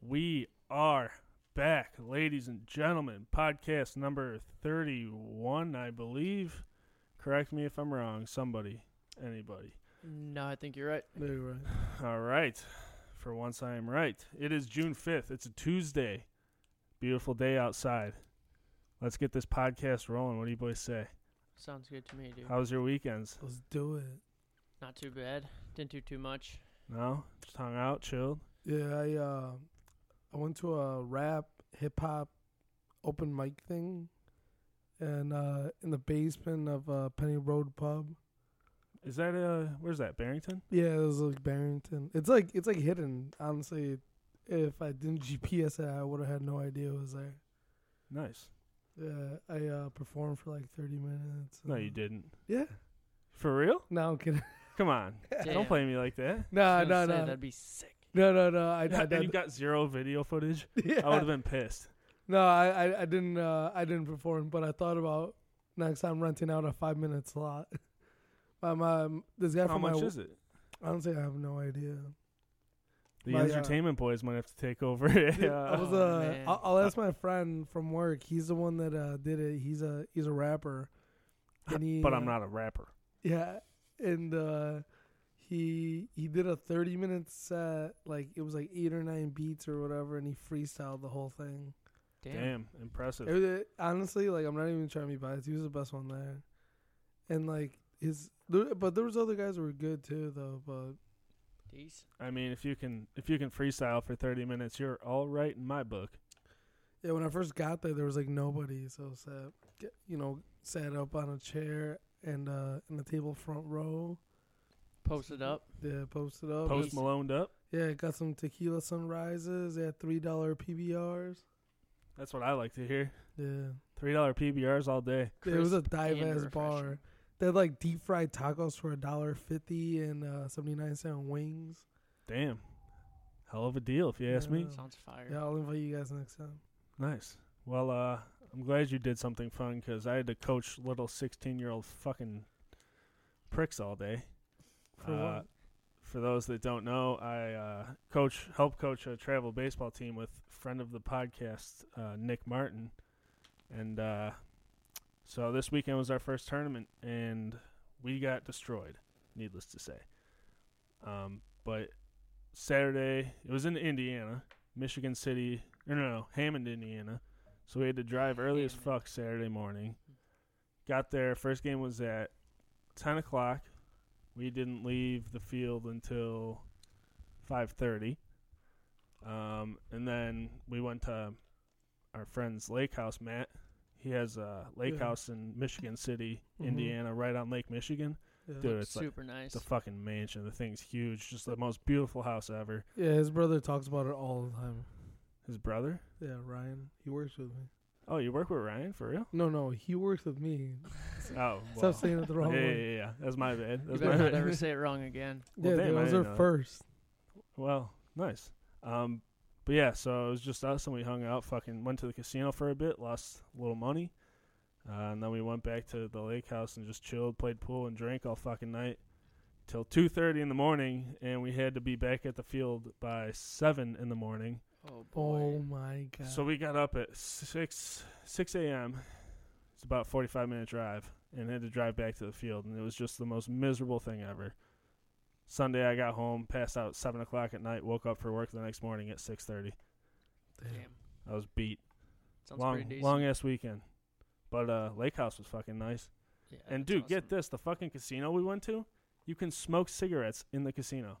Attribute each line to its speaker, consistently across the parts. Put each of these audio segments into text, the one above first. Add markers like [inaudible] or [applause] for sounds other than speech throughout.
Speaker 1: We are back, ladies and gentlemen. Podcast number 31, I believe. Correct me if I'm wrong, somebody, anybody.
Speaker 2: No, I think you're right.
Speaker 1: All right. For once, I am right. It is June 5th. It's a Tuesday. Beautiful day outside. Let's get this podcast rolling. What do you boys say?
Speaker 2: Sounds good to me, dude.
Speaker 1: How was your weekends?
Speaker 3: Let's do it.
Speaker 2: Not too bad. Didn't do too much.
Speaker 1: [laughs] No? Just hung out, chilled?
Speaker 3: Yeah, I uh, I went to a rap hip hop open mic thing, and uh, in the basement of uh, Penny Road Pub.
Speaker 1: Is that, uh, where's that, Barrington?
Speaker 3: Yeah, it was like Barrington. It's like it's like hidden. Honestly, if I didn't GPS it, I would have had no idea it was there.
Speaker 1: Nice.
Speaker 3: Yeah, I uh, performed for like thirty minutes.
Speaker 1: No,
Speaker 3: and-
Speaker 1: you didn't.
Speaker 3: Yeah.
Speaker 1: For real?
Speaker 3: No, I'm kidding. [laughs]
Speaker 1: Come on.
Speaker 2: Damn.
Speaker 1: Don't play me like that.
Speaker 3: No,
Speaker 2: I was
Speaker 3: no,
Speaker 2: gonna say,
Speaker 3: no,
Speaker 2: That'd be sick.
Speaker 3: no, no, no. I, I,
Speaker 1: and [laughs]
Speaker 3: did-
Speaker 1: you got zero video footage.
Speaker 3: [laughs] yeah.
Speaker 1: I would have been pissed.
Speaker 3: [laughs] No, I, I, I didn't uh, I didn't perform, but I thought about next time renting out a five minute slot. [laughs] my, my this guy
Speaker 1: How
Speaker 3: from my
Speaker 1: much
Speaker 3: w-
Speaker 1: is it?
Speaker 3: I don't say I have no idea.
Speaker 1: The
Speaker 3: My, uh,
Speaker 1: entertainment boys might have to take over. [laughs] yeah.
Speaker 3: I was
Speaker 2: Oh,
Speaker 3: uh,
Speaker 2: man.
Speaker 3: I'll, I'll ask my friend from work. He's the one that uh, did it. He's a he's a rapper. And he,
Speaker 1: but I'm
Speaker 3: uh,
Speaker 1: not a rapper.
Speaker 3: Yeah, and uh, he he did a thirty minute set. Like it was like eight or nine beats or whatever, and he freestyled the whole thing.
Speaker 2: Damn.
Speaker 1: Damn, impressive.
Speaker 3: It was, uh, honestly, like I'm not even trying to be biased. He was the best one there, and like his, there, but there was other guys that were good too though. But
Speaker 2: These.
Speaker 1: I mean, if you can if you can freestyle for 30 minutes, you're all right in my book.
Speaker 3: yeah, when I first got there, there was like nobody. So sat, get- you know, sat up on a chair and uh in the table front row.
Speaker 2: Post it up.
Speaker 3: Yeah, posted up.
Speaker 1: Post Malone up.
Speaker 3: yeah, got some tequila sunrises. Yeah, three dollar PBRs.
Speaker 1: That's what I like to hear.
Speaker 3: Yeah,
Speaker 1: Three dollar PBRs all day.
Speaker 3: it was a
Speaker 2: Crisp
Speaker 3: dive
Speaker 2: and
Speaker 3: ass
Speaker 2: refreshing.
Speaker 3: bar. They had like deep fried tacos for a dollar fifty and uh, seventy nine cent wings.
Speaker 1: Damn, hell of a deal if you ask me.
Speaker 3: Yeah.
Speaker 2: Sounds fire.
Speaker 3: Yeah, I'll invite you guys next time.
Speaker 1: Nice. Well, uh, I'm glad you did something fun because I had to coach little 16 year old fucking pricks all day.
Speaker 3: For
Speaker 1: Uh,
Speaker 3: what?
Speaker 1: For those that don't know, I uh, coach, help coach a travel baseball team with friend of the podcast, uh, Nick Martin, and uh, so this weekend was our first tournament, and we got destroyed, needless to say. Um, but Saturday, it was in Indiana, Michigan City, no, no, no, Hammond, Indiana, so we had to drive early as
Speaker 2: Hammond.
Speaker 1: fuck Saturday morning. Got there, first game was at ten o'clock. We didn't leave the field until five thirty. Um, and then we went to our friend's lake house, Matt. He has a lake
Speaker 3: Yeah.
Speaker 1: house in Michigan City,
Speaker 3: Mhm.
Speaker 1: Indiana, right on Lake Michigan.
Speaker 3: Yeah.
Speaker 1: Dude, it's like
Speaker 2: Super nice.
Speaker 1: it's a fucking mansion. The thing's huge. Just the most beautiful house ever.
Speaker 3: Yeah, his brother talks about it all the time.
Speaker 1: His brother.
Speaker 3: Yeah, Ryan. He works with me.
Speaker 1: Oh, you work with Ryan for
Speaker 3: [laughs]
Speaker 1: real?
Speaker 3: No, no, he works with me.
Speaker 1: Oh, well.
Speaker 3: Stop saying it the wrong
Speaker 1: yeah, yeah,
Speaker 3: way.
Speaker 1: yeah, yeah. That's my bad.
Speaker 2: you
Speaker 1: That's my
Speaker 2: better not
Speaker 1: bad. [laughs]
Speaker 2: ever say it wrong again.
Speaker 1: Well,
Speaker 3: yeah,
Speaker 1: damn, I
Speaker 3: that was
Speaker 1: didn't know
Speaker 3: her
Speaker 1: that.
Speaker 3: first.
Speaker 1: Well, nice. Um, but yeah, so it was just us and we hung out, fucking went to the casino for a bit, lost a little money, uh, and then we went back to the lake house and just chilled, played pool, and drank all fucking night till two thirty in the morning, and we had to be back at the field by seven in the morning.
Speaker 2: Oh boy.
Speaker 3: Oh my god.
Speaker 1: So we got up at six six a.m. It's about forty five minute drive, and had to drive back to the field, and it was just the most miserable thing ever. Sunday, I got home, passed out seven o'clock at night, woke up for work the next morning at six thirty.
Speaker 2: Damn.
Speaker 1: I was beat.
Speaker 2: Sounds pretty
Speaker 1: long,
Speaker 2: decent.
Speaker 1: long ass weekend. But uh, Lake House was fucking nice.
Speaker 2: Yeah,
Speaker 1: and
Speaker 2: that's
Speaker 1: dude,
Speaker 2: awesome.
Speaker 1: get this: the fucking casino we went to, you can smoke cigarettes in the
Speaker 3: [laughs]
Speaker 1: casino.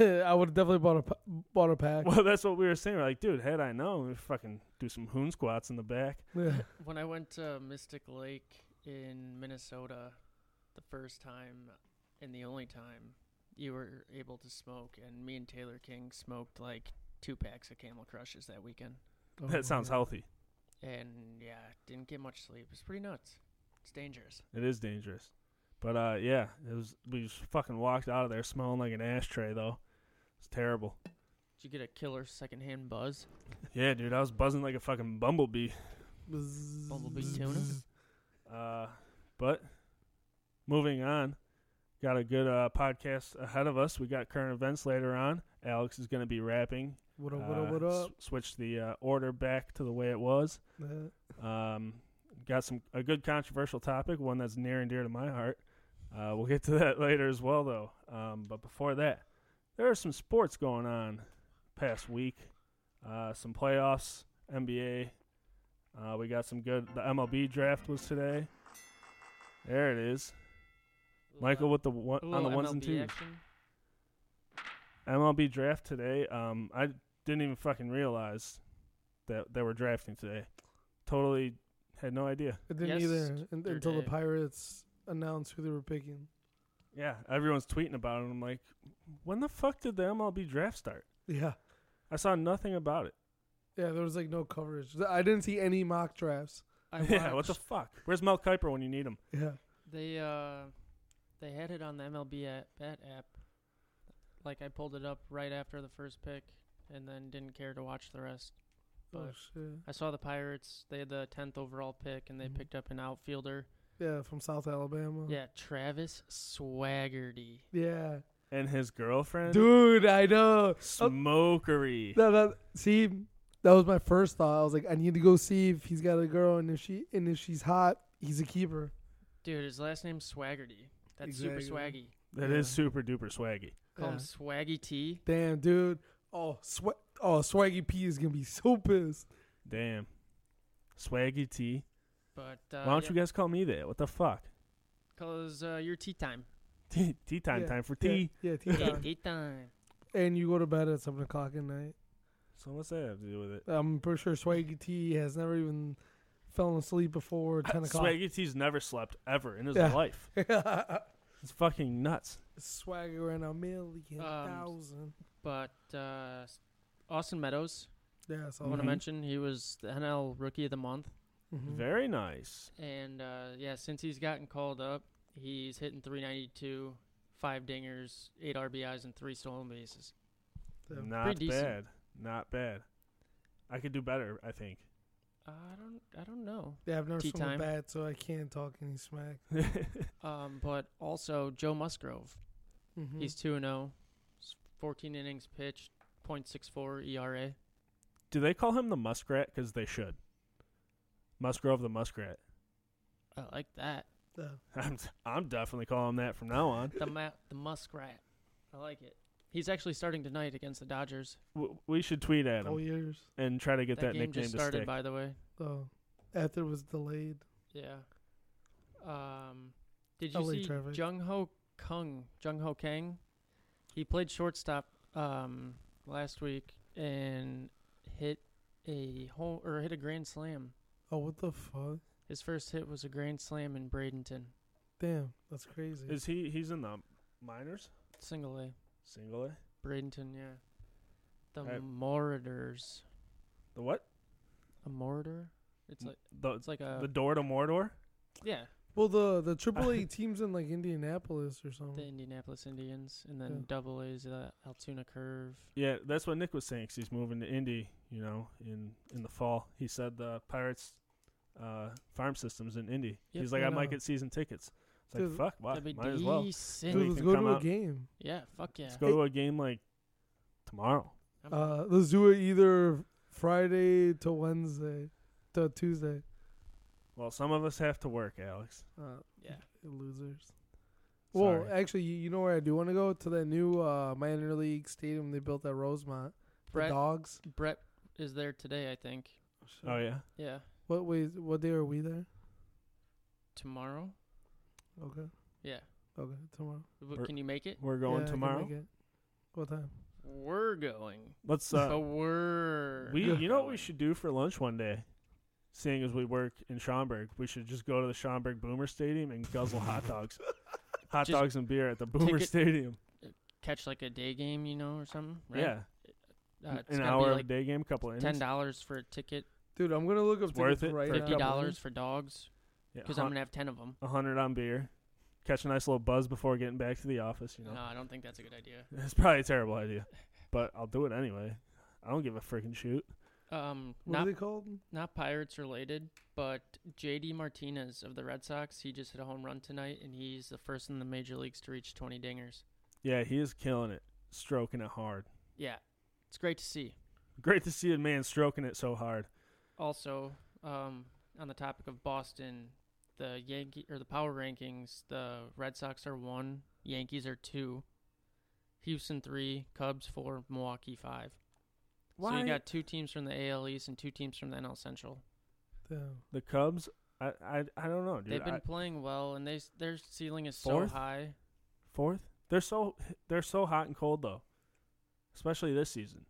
Speaker 3: I would have definitely bought a p- bought a pack.
Speaker 1: Well, that's what we were saying. We're like, dude, had I known, we fucking do some hoon squats in the back.
Speaker 3: Yeah.
Speaker 2: When I went to Mystic Lake in Minnesota the first time and the only time you were able to smoke, and me and Taylor King smoked like two packs of Camel Crushes that weekend.
Speaker 3: Oh
Speaker 1: [laughs]
Speaker 3: my
Speaker 1: that sounds
Speaker 3: God.
Speaker 1: healthy.
Speaker 2: And yeah, didn't get much sleep. It's pretty nuts. It's dangerous.
Speaker 1: It is dangerous. But uh, yeah, it was. We just fucking walked out of there smelling like an ashtray, though. It's terrible.
Speaker 2: Did you get a killer secondhand buzz?
Speaker 1: Yeah, dude, I was buzzing like a fucking bumblebee.
Speaker 3: Bzzz.
Speaker 2: Bumblebee tuna?
Speaker 1: Uh, but moving on, got a good uh, podcast ahead of us. We got current events later on. Alex is going to be rapping.
Speaker 3: What up? What up?
Speaker 1: Uh,
Speaker 3: What up?
Speaker 1: s- switched the uh, order back to the way it was.
Speaker 3: Yeah.
Speaker 1: Um, got some a good controversial topic, one that's near and dear to my heart. Uh, we'll get to that [laughs] later as well, though. Um, but before that, there are some sports going on past week. Uh, some playoffs, NBA. Uh, we got some good. The MLB draft was today. There it is, Michael with the one, on the ones and twos. [laughs] MLB draft today. Um, I didn't even fucking realize that they were drafting today. Totally had no idea.
Speaker 3: I didn't
Speaker 2: Yes,
Speaker 3: either un-
Speaker 2: they're
Speaker 3: until the
Speaker 2: dead.
Speaker 3: Pirates announced who they were picking.
Speaker 1: Yeah, everyone's tweeting about it. I'm like, when the fuck did the MLB draft start?
Speaker 3: Yeah.
Speaker 1: I saw nothing about it.
Speaker 3: Yeah, there was like no coverage. Th- I didn't see any mock drafts.
Speaker 2: I
Speaker 1: [laughs]
Speaker 2: watched,
Speaker 1: yeah, what the fuck? Where's Mel Kiper when you need him?
Speaker 3: Yeah.
Speaker 2: they uh, they had it on the MLB at bet app. Like I pulled it up right after the first pick, and then didn't care to watch the rest.
Speaker 3: Oh
Speaker 2: But-
Speaker 3: shit.
Speaker 2: I saw the Pirates. They had the tenth overall pick, and they
Speaker 1: Mm-hmm.
Speaker 3: Mhm.
Speaker 2: picked up an outfielder.
Speaker 3: Yeah, from South Alabama.
Speaker 2: Yeah, Travis Swaggerty.
Speaker 3: Yeah.
Speaker 1: And his girlfriend?
Speaker 3: Dude, I know.
Speaker 1: Smokery.
Speaker 3: No, that, see, that was my first thought. I was like, I need to go see if he's got a girl, and if she and if she's hot, he's a keeper.
Speaker 2: Dude, his last name's Swaggerty. That's super swaggy.
Speaker 3: Exactly.
Speaker 1: That is super duper swaggy.
Speaker 2: Call him
Speaker 3: Yeah.
Speaker 2: Swaggy T.
Speaker 3: Damn, dude. Oh, sweat. Oh, Swaggy P is gonna be so pissed.
Speaker 1: Damn. Swaggy T.
Speaker 2: But uh,
Speaker 1: Why don't
Speaker 2: yeah,
Speaker 1: you guys call me that? What the fuck? [laughs]
Speaker 2: Cause uh, your tea time.
Speaker 1: Tea tea time,
Speaker 3: Yeah,
Speaker 1: time for tea.
Speaker 3: Yeah, yeah tea
Speaker 2: Hey,
Speaker 3: time.
Speaker 2: tea time.
Speaker 3: and you go to bed at seven o'clock at night.
Speaker 1: So what's that have to do with it?
Speaker 3: I'm pretty sure Swaggy T has never even fallen asleep
Speaker 2: [laughs]
Speaker 3: before ten o'clock.
Speaker 1: Swaggy T's never slept ever in his
Speaker 3: Yeah.
Speaker 1: life.
Speaker 3: [laughs]
Speaker 1: It's fucking nuts.
Speaker 3: Swaggering a million
Speaker 2: Um,
Speaker 3: thousand.
Speaker 2: But uh, s- Austin Meadows,
Speaker 3: Yeah, so
Speaker 2: I want
Speaker 1: Mhm.
Speaker 2: to mention he was the NL Rookie of the Month,
Speaker 3: Mm-hmm.
Speaker 1: Very nice.
Speaker 2: and uh, yeah, since he's gotten called up, he's hitting 392, five dingers, eight RBIs, and three stolen bases.
Speaker 3: Yeah.
Speaker 1: Not
Speaker 2: Pretty decent.
Speaker 1: bad. Not bad. I could do better, I think.
Speaker 2: Uh, I don't, I don't know.
Speaker 3: Yeah, I've never
Speaker 2: Tea
Speaker 3: swung a
Speaker 2: time.
Speaker 3: bat, so I can't talk any smack.
Speaker 1: [laughs]
Speaker 2: Um, but also Joe Musgrove,
Speaker 3: Mhm.
Speaker 2: he's two and zero, 14 innings pitched, .64 ERA.
Speaker 1: do they call him the muskrat? Because they should. Musgrove the muskrat. [laughs]
Speaker 2: I like that.
Speaker 1: [coughs]
Speaker 3: Yeah.
Speaker 1: I'm I'm definitely calling him that from now on.
Speaker 2: The ma- the muskrat, I like it. He's actually starting tonight against the Dodgers.
Speaker 1: W- We should tweet at
Speaker 3: four
Speaker 1: him
Speaker 3: years.
Speaker 1: and try to get that,
Speaker 2: Oh, game
Speaker 1: nickname
Speaker 2: just
Speaker 1: to
Speaker 2: started,
Speaker 1: stick.
Speaker 2: by the way.
Speaker 3: So after it was delayed.
Speaker 2: Yeah. Um, did you
Speaker 3: LA
Speaker 2: see
Speaker 3: traffic.
Speaker 2: Jung Ho Kung? Jung Ho Kang. He played shortstop um, last week and hit a home or hit a grand slam.
Speaker 3: Oh, what the fuck?
Speaker 2: His first hit was a grand slam in Bradenton,
Speaker 3: Damn, that's crazy.
Speaker 1: Is he? He's in the minors,
Speaker 2: single A.
Speaker 1: single A.
Speaker 2: Bradenton, yeah. The
Speaker 1: Alright.
Speaker 2: Mordors.
Speaker 1: The what?
Speaker 2: A Mordor? It's like
Speaker 1: The
Speaker 2: it's like uh, a
Speaker 1: Mm. the door to Mordor.
Speaker 2: yeah.
Speaker 3: well, the the AAA [laughs] teams in like Indianapolis or
Speaker 2: The
Speaker 3: something.
Speaker 2: Indianapolis Indians, and then
Speaker 3: Yeah.
Speaker 2: Double A's the Altoona Curve.
Speaker 1: Yeah, that's what Nick was saying. 'cause he's moving to Indy, you know, in in the fall. He said the Pirates uh, farm systems in Indy.
Speaker 2: Yep. uh,
Speaker 1: he's like,
Speaker 3: I
Speaker 1: I might
Speaker 3: know.
Speaker 1: get season tickets. It's like,
Speaker 3: Dude,
Speaker 1: fuck, why?
Speaker 2: That'd be
Speaker 1: Ah, might as well.
Speaker 2: decent.
Speaker 3: Dude,
Speaker 1: we
Speaker 3: let's
Speaker 1: can
Speaker 3: go
Speaker 1: come
Speaker 3: to a
Speaker 1: out-
Speaker 3: game.
Speaker 2: Yeah, fuck yeah.
Speaker 1: Let's go to a game like tomorrow.
Speaker 2: I'm-
Speaker 3: Uh, let's do it either Friday to Wednesday to Tuesday.
Speaker 1: Well, some of us have to work, Alex.
Speaker 3: Uh,
Speaker 2: yeah.
Speaker 3: [laughs] losers. Well,
Speaker 1: Sorry.
Speaker 3: actually, you, you know where I do want to go to that new uh, minor league stadium they built at Rosemont. The
Speaker 2: Brett
Speaker 3: dogs.
Speaker 2: Brett is there today, I think.
Speaker 1: Oh yeah,
Speaker 2: Yeah.
Speaker 3: What wait, What day are we there?
Speaker 2: Tomorrow?
Speaker 3: Okay.
Speaker 2: Yeah.
Speaker 3: Okay. Tomorrow.
Speaker 2: W-
Speaker 1: We're-
Speaker 2: Can you make it?
Speaker 1: we're
Speaker 3: Yeah, I
Speaker 1: going
Speaker 3: can
Speaker 1: tomorrow.
Speaker 3: make it. What time?
Speaker 2: We're going.
Speaker 1: Let's
Speaker 2: So
Speaker 1: uh,
Speaker 2: we're
Speaker 1: we
Speaker 2: not
Speaker 1: you know what we
Speaker 2: going.
Speaker 1: should do for lunch one day. Seeing as we work in Schaumburg, we should just go to the Schaumburg Boomer Stadium and guzzle
Speaker 2: [laughs]
Speaker 1: hot dogs, hot
Speaker 2: Just
Speaker 1: dogs and beer at the Boomer
Speaker 2: it-
Speaker 1: Stadium.
Speaker 2: catch like a day game, you know, or something, right?
Speaker 1: Yeah,
Speaker 2: Uh,
Speaker 1: An-
Speaker 2: it's
Speaker 1: an
Speaker 2: gotta be
Speaker 1: hour of a
Speaker 2: like
Speaker 1: day game, couple of
Speaker 2: ten
Speaker 1: innings.
Speaker 2: dollars for a ticket,
Speaker 3: Dude, I'm gonna look up
Speaker 1: It's worth
Speaker 3: tickets
Speaker 1: it
Speaker 3: right
Speaker 1: for a
Speaker 3: now.
Speaker 2: fifty dollars for dogs,
Speaker 1: Yeah,
Speaker 2: because
Speaker 1: hun-
Speaker 2: I'm gonna have ten of them.
Speaker 1: a hundred on beer, catch a nice little buzz before getting back to the office. You know, [laughs]
Speaker 2: No, I don't think that's a good idea.
Speaker 1: it's probably a terrible idea, but I'll do it anyway. I don't give a freaking shoot.
Speaker 2: Um,
Speaker 3: What are
Speaker 2: not
Speaker 3: they called?
Speaker 2: not Pirates related, but J.D. Martinez of the Red Sox, he just hit a home run tonight, and he's the first in the major leagues to reach twenty dingers.
Speaker 1: Yeah, he is killing it, stroking it hard.
Speaker 2: Yeah, it's great to see.
Speaker 1: Great to see a man stroking it so hard.
Speaker 2: Also, um, on the topic of Boston, the Yankee or the power rankings, the Red Sox are one, Yankees are two, Houston three, Cubs four, Milwaukee five. So you got two teams from the AL East and two teams from the NL Central.
Speaker 3: Damn.
Speaker 1: The Cubs, I I, I don't know, dude.
Speaker 2: They've been
Speaker 1: I-
Speaker 2: playing well, and they s- their ceiling is
Speaker 1: Fourth?
Speaker 2: so high.
Speaker 1: fourth. They're so they're so hot and cold though, especially this season.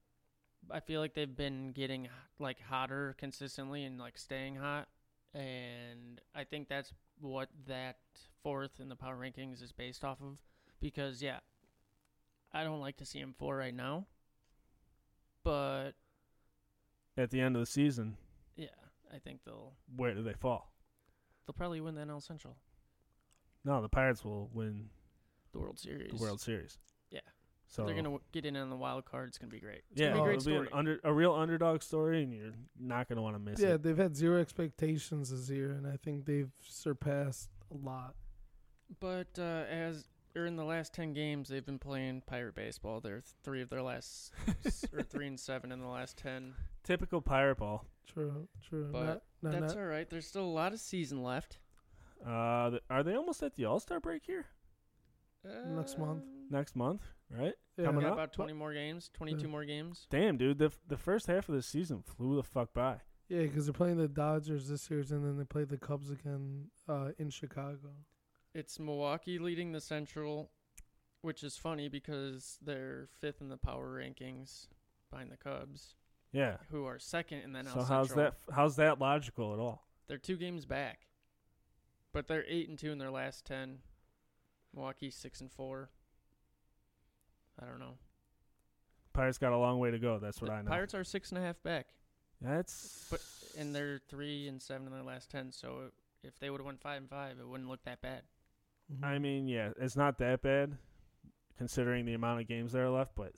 Speaker 2: I feel like they've been getting like hotter consistently and like staying hot, and I think that's what that fourth in the power rankings is based off of. Because yeah, I don't like to see him four right now, but
Speaker 1: At the end of the season,
Speaker 2: yeah, I think they'll
Speaker 1: where do they fall?
Speaker 2: they'll probably win the NL Central,
Speaker 1: No, the Pirates will win
Speaker 2: the World Series.
Speaker 1: the World Series.
Speaker 2: Yeah.
Speaker 1: So
Speaker 2: they're gonna w- get in on the wild card. It's gonna be great. It's
Speaker 1: yeah, Oh,
Speaker 2: gonna be a great
Speaker 1: it'll be an
Speaker 2: story.
Speaker 1: under a real underdog story, and you're not gonna want to miss
Speaker 3: Yeah,
Speaker 1: it.
Speaker 3: they've had zero expectations this year, and I think they've surpassed a lot.
Speaker 2: But uh, as or in the last ten games, they've been playing pirate baseball. They're th- three of their last, s-
Speaker 1: [laughs]
Speaker 2: or three and seven in the last ten.
Speaker 1: Typical Pirate ball.
Speaker 3: True, true.
Speaker 2: But
Speaker 3: not, not,
Speaker 2: That's
Speaker 3: not,
Speaker 2: all right. There's still a lot of season left.
Speaker 1: Uh, th- are they almost at the All Star break here
Speaker 3: Next month.
Speaker 2: Um,
Speaker 1: next month? Right?
Speaker 3: yeah.
Speaker 1: coming
Speaker 2: we got
Speaker 1: up?
Speaker 2: about 20 more games, 22
Speaker 3: Yeah.
Speaker 2: more games.
Speaker 1: Damn, dude, the f- the first half of the season flew the fuck by.
Speaker 3: Yeah, because they're playing the Dodgers this year, and then they play the Cubs again uh, in Chicago.
Speaker 2: It's Milwaukee leading the Central, which is funny because they're fifth in the power rankings behind the Cubs,
Speaker 1: Yeah.
Speaker 2: who are second in the NL
Speaker 1: so
Speaker 2: Central.
Speaker 1: how's that f- how's that logical at all?
Speaker 2: They're two games back, but they're eight and two in their last ten. Milwaukee six and four. I don't know.
Speaker 1: Pirates got a long way to go. That's what
Speaker 2: The
Speaker 1: I know.
Speaker 2: Pirates are six and a half back,
Speaker 1: That's
Speaker 2: but and they're three and seven in their last ten. So if they would have won five and five, it wouldn't look that bad.
Speaker 1: I mean, yeah, it's not that bad considering the amount of games that are left, but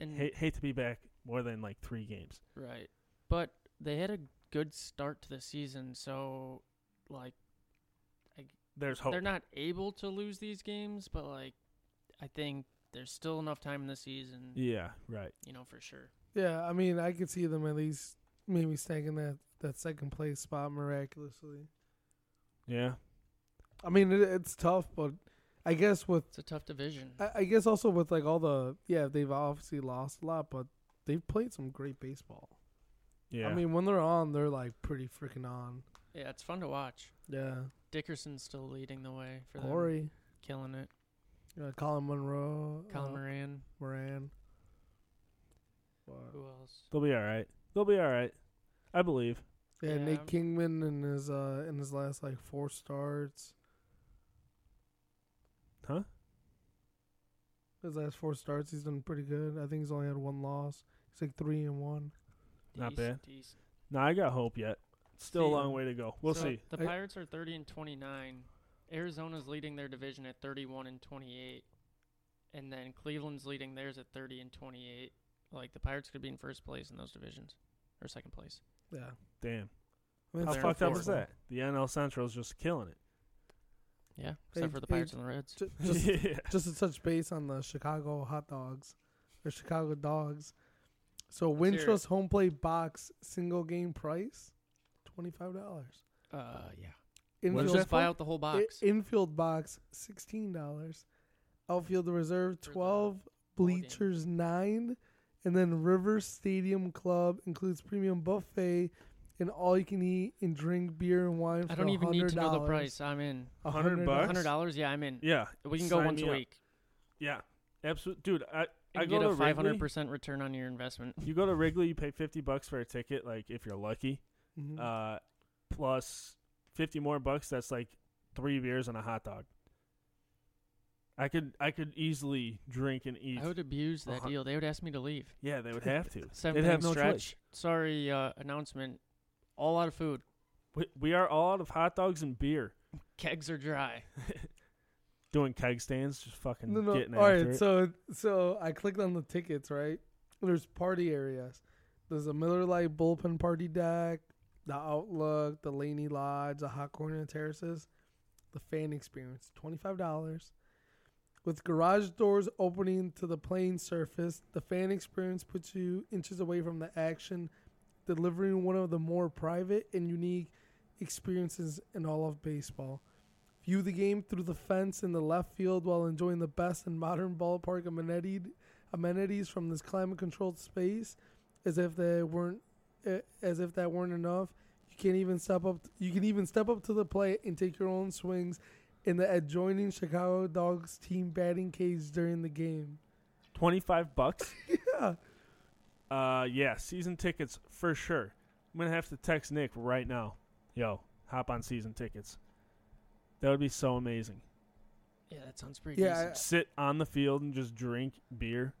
Speaker 2: And
Speaker 1: hate, hate to be back more than like three games.
Speaker 2: right, but they had a good start to the season. So like
Speaker 1: There's hope.
Speaker 2: they're not able to lose these games, but like I think there's still enough time in the season.
Speaker 1: yeah, right.
Speaker 2: You know for sure.
Speaker 3: Yeah, I mean, I could see them at least maybe snagging that, that second place spot miraculously.
Speaker 1: Yeah.
Speaker 3: I mean, it, it's tough, but I guess with
Speaker 2: It's a tough division.
Speaker 1: Uh,
Speaker 3: I, I guess also with like all the yeah, they've obviously lost a lot, but they've played some great baseball.
Speaker 1: Yeah.
Speaker 3: I mean, when they're on, they're like pretty freaking on.
Speaker 2: yeah, it's fun to watch.
Speaker 3: Yeah,
Speaker 2: Dickerson's still leading the way for them,
Speaker 3: glory.
Speaker 2: killing it.
Speaker 3: Uh, Colin Monroe,
Speaker 2: Colin
Speaker 3: uh,
Speaker 2: Moran,
Speaker 3: Moran. Wow.
Speaker 2: who else?
Speaker 1: they'll be all right. They'll be all right. I believe.
Speaker 3: Yeah,
Speaker 2: Yeah.
Speaker 3: Nate Kingman in his uh in his last like four starts.
Speaker 1: Huh?
Speaker 3: His last four starts, he's done pretty good. I think he's only had one loss. He's like three and one.
Speaker 1: Not
Speaker 2: Decent,
Speaker 1: bad.
Speaker 2: decent.
Speaker 1: No, I got hope yet. Still a
Speaker 2: See,
Speaker 1: long way to go. We'll
Speaker 2: So,
Speaker 1: see.
Speaker 2: The
Speaker 3: I-
Speaker 2: Pirates are 30 and 29. Arizona's leading their division at 31 and 28, and then Cleveland's leading theirs at 30 and 28. Like the Pirates could be in first place in those divisions, or second place.
Speaker 3: Yeah.
Speaker 1: Damn.
Speaker 3: I mean,
Speaker 1: How
Speaker 3: it's
Speaker 2: they're
Speaker 1: fucked up
Speaker 3: four.
Speaker 1: is that? The NL Central's just killing
Speaker 2: [laughs]
Speaker 1: it.
Speaker 2: Yeah, except
Speaker 3: Hey,
Speaker 2: for the
Speaker 3: hey,
Speaker 2: Pirates and the Reds.
Speaker 3: Ju-
Speaker 2: [laughs]
Speaker 3: Just,
Speaker 1: yeah.
Speaker 3: just to touch base on the Chicago hot dogs or Chicago dogs. So Wintrust home plate box single game price, twenty five dollars.
Speaker 2: Uh, yeah.
Speaker 1: What is
Speaker 2: Just
Speaker 1: that
Speaker 2: buy out the whole box.
Speaker 3: I- infield box sixteen dollars, outfield reserve
Speaker 2: For the
Speaker 3: twelve,
Speaker 2: ball game.
Speaker 3: bleachers nine, and then River Stadium Club includes premium buffet and all you can eat and drink beer and wine. For
Speaker 2: I don't even need to know the
Speaker 3: $100.
Speaker 2: price. I'm in.
Speaker 3: A
Speaker 1: $100?
Speaker 3: dollars.
Speaker 2: Hundred dollars? Yeah, I'm in.
Speaker 1: [laughs] Yeah.
Speaker 2: We can go
Speaker 1: Sign
Speaker 2: once
Speaker 1: me
Speaker 2: a
Speaker 1: up.
Speaker 2: week.
Speaker 1: Yeah. Absolutely. Dude, I,
Speaker 2: And
Speaker 1: I go
Speaker 2: get
Speaker 1: to
Speaker 2: a
Speaker 1: Wrigley.
Speaker 2: 500 percent return on your investment.
Speaker 1: You go to Wrigley, you pay 50 bucks for a ticket, like if you're lucky.
Speaker 3: Mhm.
Speaker 1: uh, plus 50 more bucks that's like three beers and a hot dog i could i could easily drink and eat
Speaker 2: I would abuse that
Speaker 1: Uh-huh.
Speaker 2: deal. They would ask me to leave.
Speaker 1: yeah they would have
Speaker 3: [laughs]
Speaker 1: to
Speaker 2: Seven
Speaker 1: they'd have
Speaker 2: inning
Speaker 1: no
Speaker 2: stretch.
Speaker 1: choice
Speaker 2: Sorry, uh, announcement. All out of food.
Speaker 1: we, we are all out of hot dogs and beer
Speaker 2: Kegs are dry.
Speaker 1: doing keg stands just fucking
Speaker 3: No, no.
Speaker 1: getting
Speaker 3: All
Speaker 1: after
Speaker 3: right,
Speaker 1: it.
Speaker 3: so so I clicked on the tickets, right? There's party areas. There's a Miller Lite bullpen party deck, the Outlook, the Laney Lodge, the Hot Corner and Terraces, the fan experience, twenty five dollars. With garage doors opening to the playing surface, the fan experience puts you inches away from the action, delivering one of the more private and unique experiences in all of baseball. View the game through the fence in the left field while enjoying the best and modern ballpark amenity- amenities from this climate-controlled space, as if they weren't, eh, as if that weren't enough. You can even step up. You can even step up to the plate and take your own swings in the adjoining Chicago Dogs team batting cage during the game.
Speaker 1: Twenty five bucks.
Speaker 3: Yeah,
Speaker 1: Uh, yeah, season tickets for sure. I'm gonna have to text Nick right now. Yo, hop on season tickets. That would be so amazing.
Speaker 2: Yeah, that sounds pretty decent.
Speaker 3: Yeah, I-
Speaker 1: Sit on the field and just drink beer.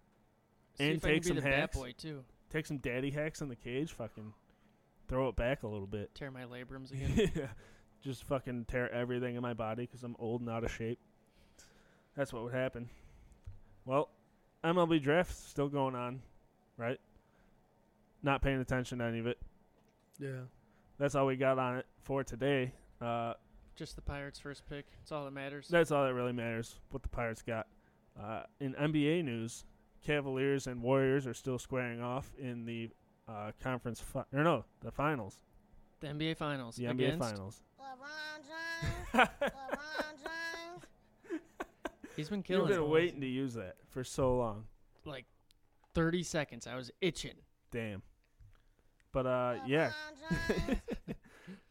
Speaker 2: See
Speaker 1: and
Speaker 2: if I can
Speaker 1: take
Speaker 2: be
Speaker 1: some
Speaker 2: the
Speaker 1: hacks.
Speaker 2: bat boy too.
Speaker 1: Take some daddy hacks in the cage. Fucking throw it back a little bit.
Speaker 2: Tear my labrums again.
Speaker 1: [laughs] yeah, just fucking tear everything in my body because I'm old and out of shape. That's what would happen. Well, MLB draft's still going on, right? Not paying attention to any of it.
Speaker 3: yeah.
Speaker 1: That's all we got on it for today. Uh,
Speaker 2: Just the Pirates' first pick. That's all that matters.
Speaker 1: That's all that really matters. What the Pirates got uh, in NBA news: Cavaliers and Warriors are still squaring off in the uh, conference fi- or no, the finals,
Speaker 2: the NBA Finals.
Speaker 1: the NBA
Speaker 2: against,
Speaker 1: finals.
Speaker 4: [laughs] LeBron James. LeBron James.
Speaker 2: He's been
Speaker 1: You've
Speaker 2: killing.
Speaker 1: been
Speaker 2: it.
Speaker 1: waiting to use that for so long.
Speaker 2: Like 30 seconds. I was itching.
Speaker 1: Damn. But uh, yeah, [laughs]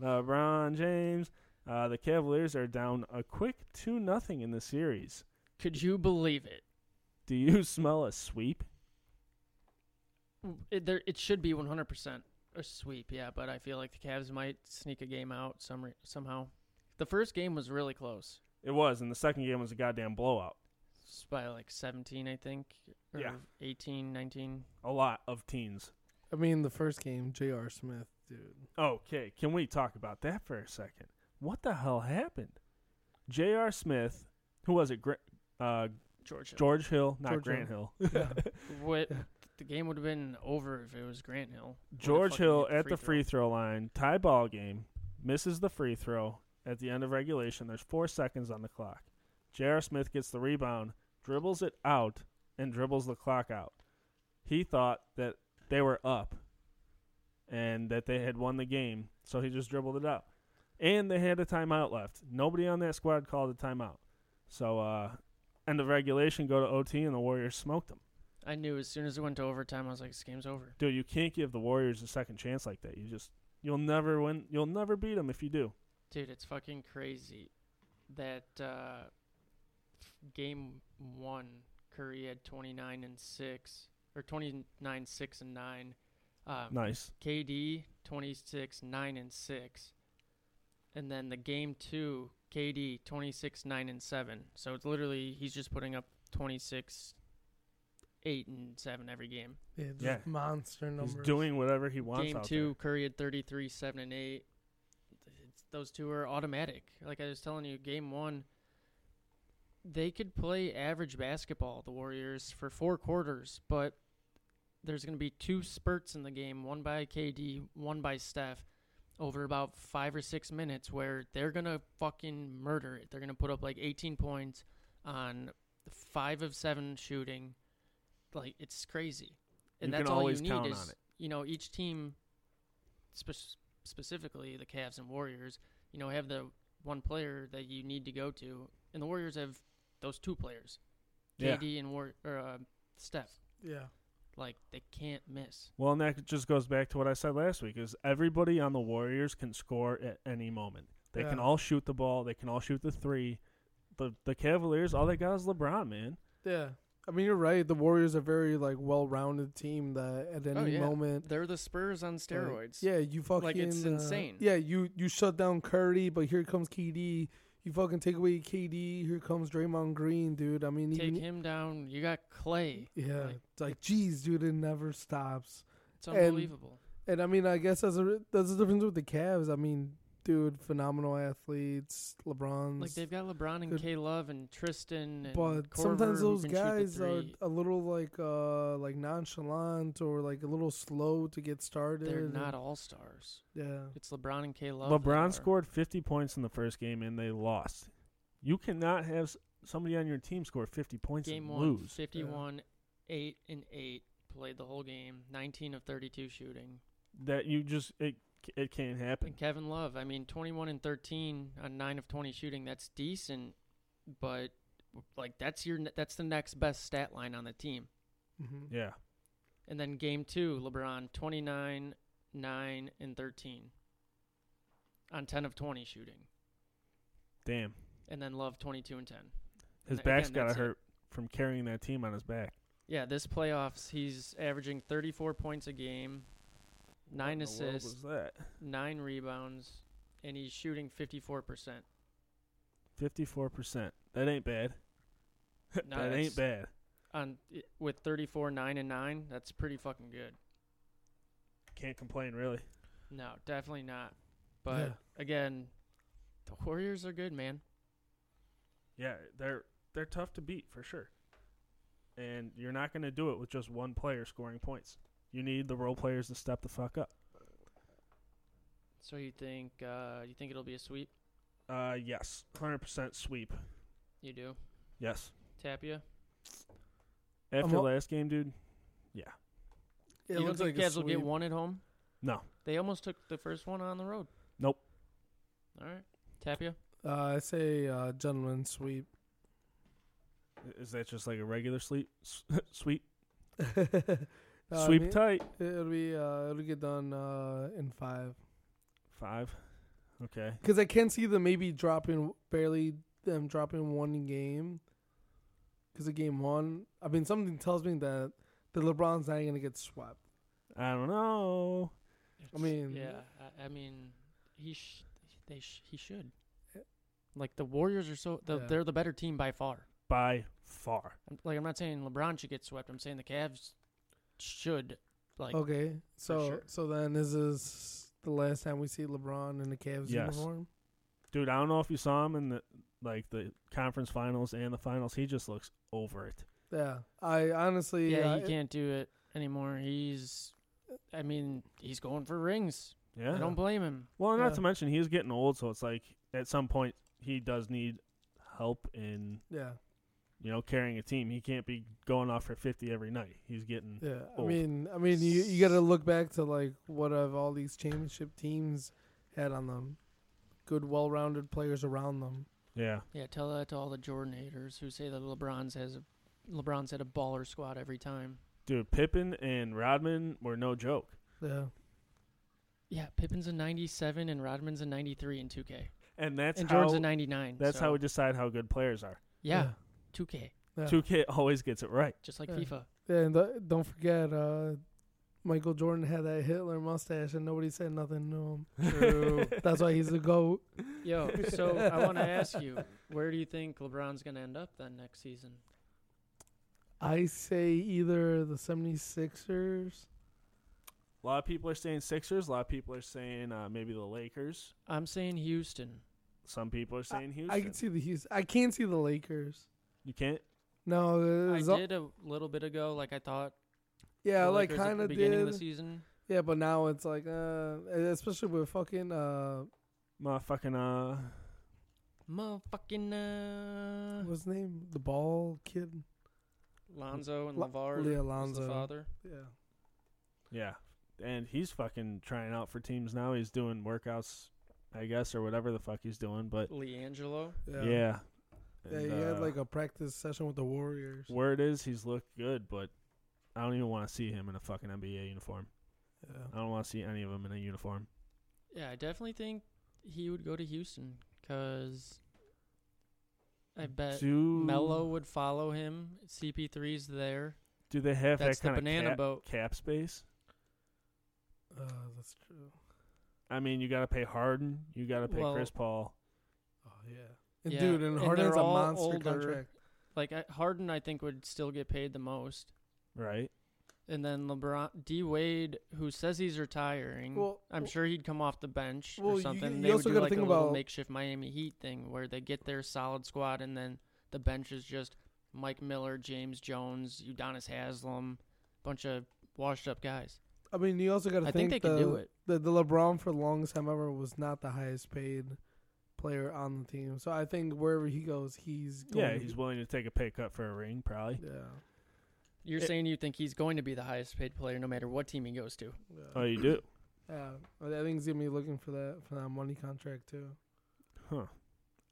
Speaker 1: LeBron James. Uh, the Cavaliers are down a quick two nothing in the series.
Speaker 2: Could you believe it?
Speaker 1: Do you [laughs] smell a sweep?
Speaker 2: W- It, there, it should be 100% a sweep, yeah, but I feel like the Cavs might sneak a game out some re- somehow. The first game was really close.
Speaker 1: It was, and the second game was a goddamn blowout.
Speaker 2: It's by like 17, I think, or
Speaker 1: Yeah.
Speaker 2: 18, 19.
Speaker 1: A lot of teens.
Speaker 3: I mean, the first game, J.R. Smith, dude.
Speaker 1: Okay, can we talk about that for a second? What the hell happened? J.R. Smith, who was it? Gra- uh,
Speaker 2: Georgia.
Speaker 1: George Hill, not
Speaker 3: George
Speaker 1: Grant Hill. [laughs]
Speaker 2: What, the game would have been over if it was Grant Hill. Would've
Speaker 1: George
Speaker 2: fucking
Speaker 1: Hill
Speaker 2: hit
Speaker 1: at the free throw line, tie ball game, misses the free throw at the end of regulation. There's four seconds on the clock. J.R. Smith gets the rebound, dribbles it out, and dribbles the clock out. He thought that they were up and that they had won the game, so he just dribbled it out. And they had a timeout left. Nobody on that squad called a timeout. So, uh, end of regulation, go to OT, and the Warriors smoked them.
Speaker 2: I knew as soon as it went to overtime, I was like, this game's over.
Speaker 1: Dude, you can't give the Warriors a second chance like that. You just you'll never win. You'll never beat them if you do.
Speaker 2: Dude, it's fucking crazy that uh, game one, Curry had 29 and 6, or 29, 6 and 9. Um,
Speaker 1: Nice.
Speaker 2: KD 26 9 and 6. And then the game 2 KD 26 9 and 7. So it's literally he's just putting up 26 8 and 7 every game.
Speaker 3: Yeah, just
Speaker 1: Yeah.
Speaker 3: monster numbers.
Speaker 1: He's doing whatever he wants.
Speaker 2: game
Speaker 1: out
Speaker 2: 2 Curry had 33 7 and 8. It's, those two are automatic. Like I was telling you game 1 they could play average basketball the Warriors for four quarters, but there's going to be two spurts in the game, one by KD, one by Steph, over about five or six minutes where they're going to fucking murder it. They're going to put up like 18 points on five of seven shooting. Like, it's crazy. And
Speaker 1: You
Speaker 2: that's
Speaker 1: can
Speaker 2: all
Speaker 1: always
Speaker 2: you need
Speaker 1: count
Speaker 2: is,
Speaker 1: on it.
Speaker 2: you know, each team, spe- specifically the Cavs and Warriors, you know, have the one player that you need to go to. And the Warriors have those two players,
Speaker 1: Yeah.
Speaker 2: KD and War- or, uh, Steph.
Speaker 3: Yeah.
Speaker 2: Like, they can't miss.
Speaker 1: Well, and that just goes back to what I said last week: is everybody on the Warriors can score at any moment. They can
Speaker 3: Yeah.
Speaker 1: all shoot the ball. They can all shoot the three. The the Cavaliers, all they got is LeBron, man.
Speaker 3: Yeah. I mean, you're right. The Warriors are very like well-rounded team that at any moment.
Speaker 2: They're the Spurs on
Speaker 3: like,
Speaker 2: steroids.
Speaker 3: yeah, you fucking
Speaker 2: Oh, Like, it's
Speaker 3: uh,
Speaker 2: insane.
Speaker 3: Yeah, you you shut down Curry, but here comes KD. You fucking take away KD. Here comes Draymond Green, dude. I mean,
Speaker 2: Take
Speaker 3: even,
Speaker 2: him down. You got Clay.
Speaker 3: yeah,
Speaker 2: like-
Speaker 3: it's like, geez, dude, it never stops.
Speaker 2: It's
Speaker 3: And-
Speaker 2: unbelievable.
Speaker 3: And I mean, I guess that's a, that's the difference with the Cavs. I mean, dude, phenomenal athletes, LeBron's.
Speaker 2: like they've got LeBron and
Speaker 3: good-
Speaker 2: K Love and Tristan and
Speaker 3: but
Speaker 2: Corver
Speaker 3: sometimes
Speaker 2: who
Speaker 3: those
Speaker 2: can shoot the
Speaker 3: guys are
Speaker 2: three.
Speaker 3: a little like uh like nonchalant or like a little slow to get started.
Speaker 2: they're not all stars.
Speaker 3: Yeah,
Speaker 2: It's LeBron and K Love.
Speaker 1: LeBron scored 50 points in the first game and they lost. You cannot have s- somebody on your team score 50 points
Speaker 2: Game
Speaker 1: and
Speaker 2: one,
Speaker 1: lose.
Speaker 2: 51, 8 and 8. Played the whole game. 19 of 32 shooting.
Speaker 1: That you just it it can't happen.
Speaker 2: And Kevin Love, I mean, 21 and 13 on 9 of 20 shooting. That's decent, but like that's your that's the next best stat line on the team.
Speaker 3: Mm-hmm.
Speaker 1: Yeah.
Speaker 2: And then game 2, LeBron 29, 9 and 13 on 10 of 20 shooting.
Speaker 1: Damn.
Speaker 2: And then Love 22 and 10.
Speaker 1: His
Speaker 2: Again,
Speaker 1: back's got to
Speaker 2: that's it.
Speaker 1: hurt from carrying that team on his back.
Speaker 2: Yeah, this playoffs, he's averaging 34 points a game,
Speaker 1: Oh, What in
Speaker 2: nine
Speaker 1: the world
Speaker 2: assists,
Speaker 1: was that?
Speaker 2: nine rebounds, and he's shooting 54%.
Speaker 1: 54%. That ain't bad.
Speaker 2: No,
Speaker 1: [laughs] that
Speaker 2: that's-
Speaker 1: ain't bad.
Speaker 2: On i- with 34 9 and 9, that's pretty fucking good.
Speaker 1: Can't complain really.
Speaker 2: No, definitely not. But
Speaker 3: Yeah.
Speaker 2: again, the Warriors are good, man.
Speaker 1: Yeah, they're they're tough to beat for sure. And you're not going to do it with just one player scoring points. You need the role players to step the fuck up.
Speaker 2: So you think uh you think it'll be a sweep?
Speaker 1: Uh yes, 100% sweep.
Speaker 2: You do.
Speaker 1: Yes.
Speaker 2: Tapia?
Speaker 1: After
Speaker 3: al-
Speaker 1: last game, dude.
Speaker 2: you
Speaker 3: It
Speaker 2: don't
Speaker 3: looks
Speaker 2: think
Speaker 3: like a
Speaker 2: Cavs will get
Speaker 3: sweep.
Speaker 2: one at home?
Speaker 1: No.
Speaker 2: They almost took the first one on the road.
Speaker 1: Nope.
Speaker 2: All right. Tapia?
Speaker 3: Uh, I say uh, gentlemen sweep. [laughs]
Speaker 1: Is that just like a regular sleep s- [laughs] sweep
Speaker 3: No, Uh, I
Speaker 1: sweep
Speaker 3: mean,
Speaker 1: tight?
Speaker 3: It'll be uh, it'll get done uh, in five.
Speaker 1: Five. Okay.
Speaker 3: Because I can see them maybe dropping barely them dropping one game. Because of game one, I mean something tells me that the LeBron's not gonna get swept.
Speaker 1: I don't know.
Speaker 3: I mean,
Speaker 2: Yeah, I, I mean, he sh- they sh- he should. Like the Warriors are so the,
Speaker 3: Yeah.
Speaker 2: they're the better team by far.
Speaker 1: By far.
Speaker 2: I'm, like I'm not saying LeBron should get swept. I'm saying the Cavs should. Like
Speaker 3: okay, so
Speaker 2: sure.
Speaker 3: so then this is the last time we see LeBron in the Cavs
Speaker 1: Yes.
Speaker 3: uniform.
Speaker 1: Dude, I don't know if you saw him in the like the conference finals and the finals. He just looks over it.
Speaker 3: Yeah, I honestly,
Speaker 2: yeah,
Speaker 3: yeah,
Speaker 2: he can't do it anymore. He's, I mean, he's going for rings.
Speaker 1: Yeah.
Speaker 2: I don't blame him.
Speaker 1: well, not
Speaker 3: yeah.
Speaker 1: to mention he's getting old, so it's like at some point he does need help in
Speaker 3: yeah,
Speaker 1: you know carrying a team. He can't be going off for fifty every night. He's getting
Speaker 2: Mm.
Speaker 3: yeah. I
Speaker 1: Old.
Speaker 3: mean, I mean, you you got to look back to like what have all these championship teams had on them? Good, well-rounded players around them.
Speaker 1: yeah.
Speaker 2: Yeah, tell that to all the Jordan haters who say that LeBron's has a LeBron's had a baller squad every time.
Speaker 1: Dude, Pippen and Rodman were no joke.
Speaker 3: Yeah,
Speaker 2: Yeah, Pippen's a 97 and Rodman's a 93 in 2K.
Speaker 1: And that's
Speaker 2: and
Speaker 1: how
Speaker 2: Jordan's a 99.
Speaker 1: that's
Speaker 2: so-
Speaker 1: how we decide how good players are.
Speaker 2: yeah, 2K.
Speaker 3: Yeah.
Speaker 1: Two K always gets it right.
Speaker 2: just like
Speaker 3: Yeah.
Speaker 2: FIFA.
Speaker 3: Yeah, and th- don't forget, uh, Michael Jordan had that Hitler mustache, and nobody said nothing to him.
Speaker 2: True.
Speaker 3: [laughs] That's
Speaker 1: [laughs]
Speaker 3: why he's a goat.
Speaker 2: Yo, so I [laughs] want to ask you, where do you think LeBron's going to end up then next season?
Speaker 3: I say either the 76ers.
Speaker 1: A lot of people are saying Sixers. A lot of people are saying uh, maybe the Lakers.
Speaker 2: I'm saying Houston.
Speaker 1: Some people are saying Houston.
Speaker 3: I can see the Houston. I can't see the Lakers.
Speaker 1: you can't.
Speaker 3: No,
Speaker 2: I
Speaker 3: it's all-
Speaker 2: did a little bit ago, like I thought.
Speaker 3: yeah,
Speaker 2: the
Speaker 3: like
Speaker 2: Lakers at
Speaker 3: kind
Speaker 2: the
Speaker 3: of
Speaker 2: beginning of the
Speaker 3: did.
Speaker 2: season.
Speaker 3: yeah, but now it's like, uh, especially with fucking uh,
Speaker 1: Motherfucking uh,
Speaker 2: Motherfucking uh,
Speaker 3: what's his name, the ball kid.
Speaker 2: Lonzo and
Speaker 3: La-
Speaker 2: Lavar.
Speaker 3: Lea
Speaker 2: was
Speaker 3: Alonso.
Speaker 2: the father.
Speaker 3: Yeah,
Speaker 1: yeah. And he's fucking trying out for teams now. He's doing workouts, I guess, or whatever the fuck he's doing. But
Speaker 2: Leangelo.
Speaker 1: yeah,
Speaker 3: yeah. yeah.
Speaker 1: And,
Speaker 3: he
Speaker 1: uh,
Speaker 3: had like a practice session with the Warriors.
Speaker 1: word is he's looked good, but I don't even want to see him in a fucking NBA uniform.
Speaker 3: Yeah.
Speaker 1: I don't want to see any of them in a uniform.
Speaker 2: Yeah, I definitely think he would go to Houston because I bet
Speaker 1: do
Speaker 2: Uh, Melo would follow him. CP3's there.
Speaker 1: Do they have
Speaker 2: That's
Speaker 1: that
Speaker 2: the
Speaker 1: kind
Speaker 2: banana
Speaker 1: of cap,
Speaker 2: boat.
Speaker 1: cap space?
Speaker 3: Uh, that's true.
Speaker 1: I mean, you got to pay Harden. You got to pay
Speaker 2: Well,
Speaker 1: Chris Paul.
Speaker 3: Oh yeah. And
Speaker 2: Yeah,
Speaker 3: dude, and
Speaker 2: and
Speaker 3: Harden's
Speaker 2: they're
Speaker 3: a
Speaker 2: all
Speaker 3: monster
Speaker 2: older.
Speaker 3: contract.
Speaker 2: Like I, Harden, I think would still get paid the most.
Speaker 1: Right.
Speaker 2: And then LeBron D Wade, who says he's retiring,
Speaker 3: Well,
Speaker 2: I'm
Speaker 3: well-
Speaker 2: sure he'd come off the bench or
Speaker 3: Well, you-
Speaker 2: something.
Speaker 3: you
Speaker 2: they
Speaker 3: also
Speaker 2: would do
Speaker 3: gotta
Speaker 2: like
Speaker 3: think
Speaker 2: a little
Speaker 3: about-
Speaker 2: makeshift Miami Heat thing where they get their solid squad and then the bench is just Mike Miller, James Jones, Udonis Haslam, bunch of washed up guys.
Speaker 3: I mean, you also got to
Speaker 2: I think they
Speaker 3: the,
Speaker 2: can do it.
Speaker 3: The, the LeBron for the longest time ever was not the highest paid player on the team. So I think wherever he goes, he's going
Speaker 1: Yeah,
Speaker 3: to
Speaker 1: he's
Speaker 3: be-
Speaker 1: willing to take a pay cut for a ring, probably.
Speaker 3: yeah,
Speaker 2: You're
Speaker 1: It-
Speaker 2: saying you think he's going to be the highest paid player no matter what team he goes to.
Speaker 3: yeah.
Speaker 1: Oh, you do?
Speaker 3: yeah. I I think he's gonna be looking for that for that money contract too.
Speaker 1: Huh.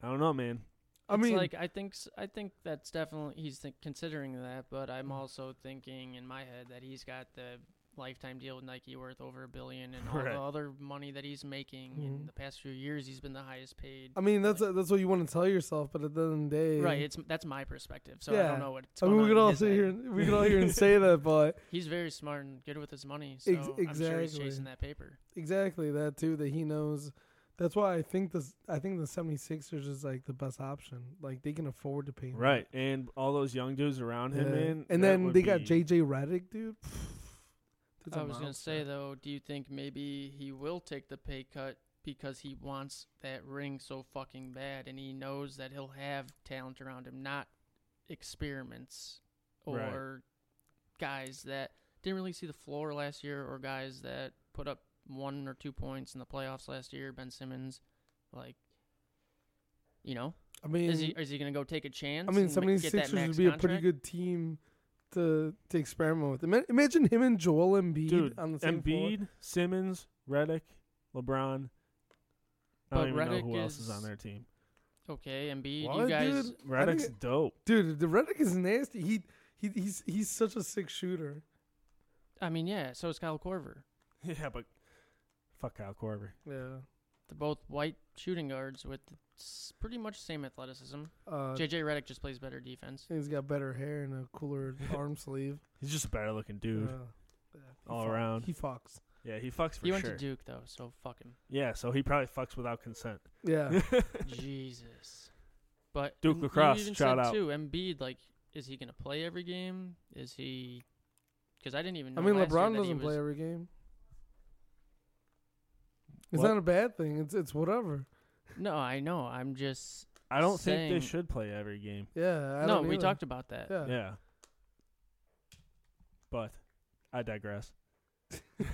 Speaker 1: I don't know, man.
Speaker 3: I
Speaker 2: It's
Speaker 3: mean,
Speaker 2: like I think s- I think that's definitely he's th- considering that, but
Speaker 3: Mm.
Speaker 2: I'm also thinking in my head that he's got the lifetime deal with Nike worth over a billion
Speaker 3: [laughs]
Speaker 2: and all
Speaker 1: Right.
Speaker 2: the other money that he's making in
Speaker 3: Mhm.
Speaker 2: the past few years. He's been the highest paid.
Speaker 3: I mean that's that's what you want to tell yourself, but at the end of the day,
Speaker 2: Right, it's that's my perspective. So I
Speaker 3: Yeah.
Speaker 2: don't know what it's
Speaker 3: I
Speaker 2: going
Speaker 3: mean, we
Speaker 2: on
Speaker 3: can
Speaker 2: in
Speaker 3: all
Speaker 2: his
Speaker 3: sit
Speaker 2: head.
Speaker 3: here. And, we can all hear and say that, but
Speaker 2: He's very smart and good with his money, so
Speaker 3: Ex-
Speaker 2: I'm sure he's
Speaker 3: exactly.
Speaker 2: chasing that paper.
Speaker 3: exactly that too. That he knows. That's why I think this. I think the 76ers is like the best option. Like they can afford to pay. him.
Speaker 1: Right. And all those young dudes around him,
Speaker 3: Yeah.
Speaker 1: man.
Speaker 3: And
Speaker 1: that
Speaker 3: then
Speaker 1: would
Speaker 3: they got
Speaker 1: be-
Speaker 3: JJ Redick, dude. [sighs] That's a
Speaker 2: I was gonna
Speaker 3: monster.
Speaker 2: say though, do you think maybe he will take the pay cut because he wants that ring so fucking bad, and he knows that he'll have talent around him, not experiments or
Speaker 1: Right.
Speaker 2: guys that didn't really see the floor last year, or guys that put up one or two points in the playoffs last year. Ben Simmons, like, you know,
Speaker 3: I mean,
Speaker 2: is he is he gonna go take a chance?
Speaker 3: I mean,
Speaker 2: and ma-
Speaker 3: some of these
Speaker 2: get that
Speaker 3: Sixers would
Speaker 2: max
Speaker 3: be a pretty
Speaker 2: contract?
Speaker 3: good team to to experiment with. Ima- Imagine him and Joel Embiid
Speaker 1: Dude,
Speaker 3: on the same floor.
Speaker 1: Embiid, Simmons, Reddick, LeBron. I
Speaker 2: But
Speaker 1: don't even
Speaker 2: Redick
Speaker 1: know who else is on
Speaker 2: is-
Speaker 1: their team.
Speaker 2: Okay, Embiid,
Speaker 3: What,
Speaker 2: you guys.
Speaker 3: dude? I think
Speaker 1: Reddick's
Speaker 3: it-
Speaker 1: dope. [laughs]
Speaker 3: Dude, the Redick is nasty. He he he's he's such a sick shooter.
Speaker 2: I mean, yeah. So is Kyle Corver.
Speaker 1: yeah, but fuck Kyle Korver.
Speaker 3: Yeah.
Speaker 2: They're both white shooting guards with s- pretty much same athleticism.
Speaker 3: Uh,
Speaker 2: JJ Redick just plays better defense.
Speaker 3: he's got better hair and a
Speaker 2: [laughs]
Speaker 3: cooler arm sleeve.
Speaker 1: He's just a better looking dude.
Speaker 3: Yeah. Yeah, he
Speaker 1: All
Speaker 3: fuck-
Speaker 1: around.
Speaker 3: He fucks.
Speaker 1: yeah, he fucks for
Speaker 2: He went
Speaker 1: sure.
Speaker 2: to Duke though, so fuck
Speaker 3: [laughs]
Speaker 2: him.
Speaker 1: yeah, so he probably fucks without consent. [laughs]
Speaker 2: [laughs]
Speaker 3: Yeah.
Speaker 2: Jesus. But
Speaker 1: Duke
Speaker 2: and you
Speaker 1: lacrosse,
Speaker 2: even
Speaker 1: shout
Speaker 2: said,
Speaker 1: out.
Speaker 2: too. Embiid, like, is he gonna play every game? Is he? Because I didn't even.
Speaker 3: I
Speaker 2: Know
Speaker 3: mean,
Speaker 2: last year
Speaker 3: LeBron
Speaker 2: that he
Speaker 3: doesn't play
Speaker 2: was-
Speaker 3: every game. It's
Speaker 1: What?
Speaker 3: not a bad thing. It's it's whatever.
Speaker 2: No, I know. I'm just.
Speaker 1: I don't think
Speaker 2: Saying-
Speaker 1: they should play every game.
Speaker 3: Yeah. I
Speaker 2: no,
Speaker 3: don't
Speaker 2: we
Speaker 3: either.
Speaker 2: talked about that.
Speaker 3: Yeah.
Speaker 1: Yeah. But I
Speaker 3: [laughs]
Speaker 1: digress. [laughs]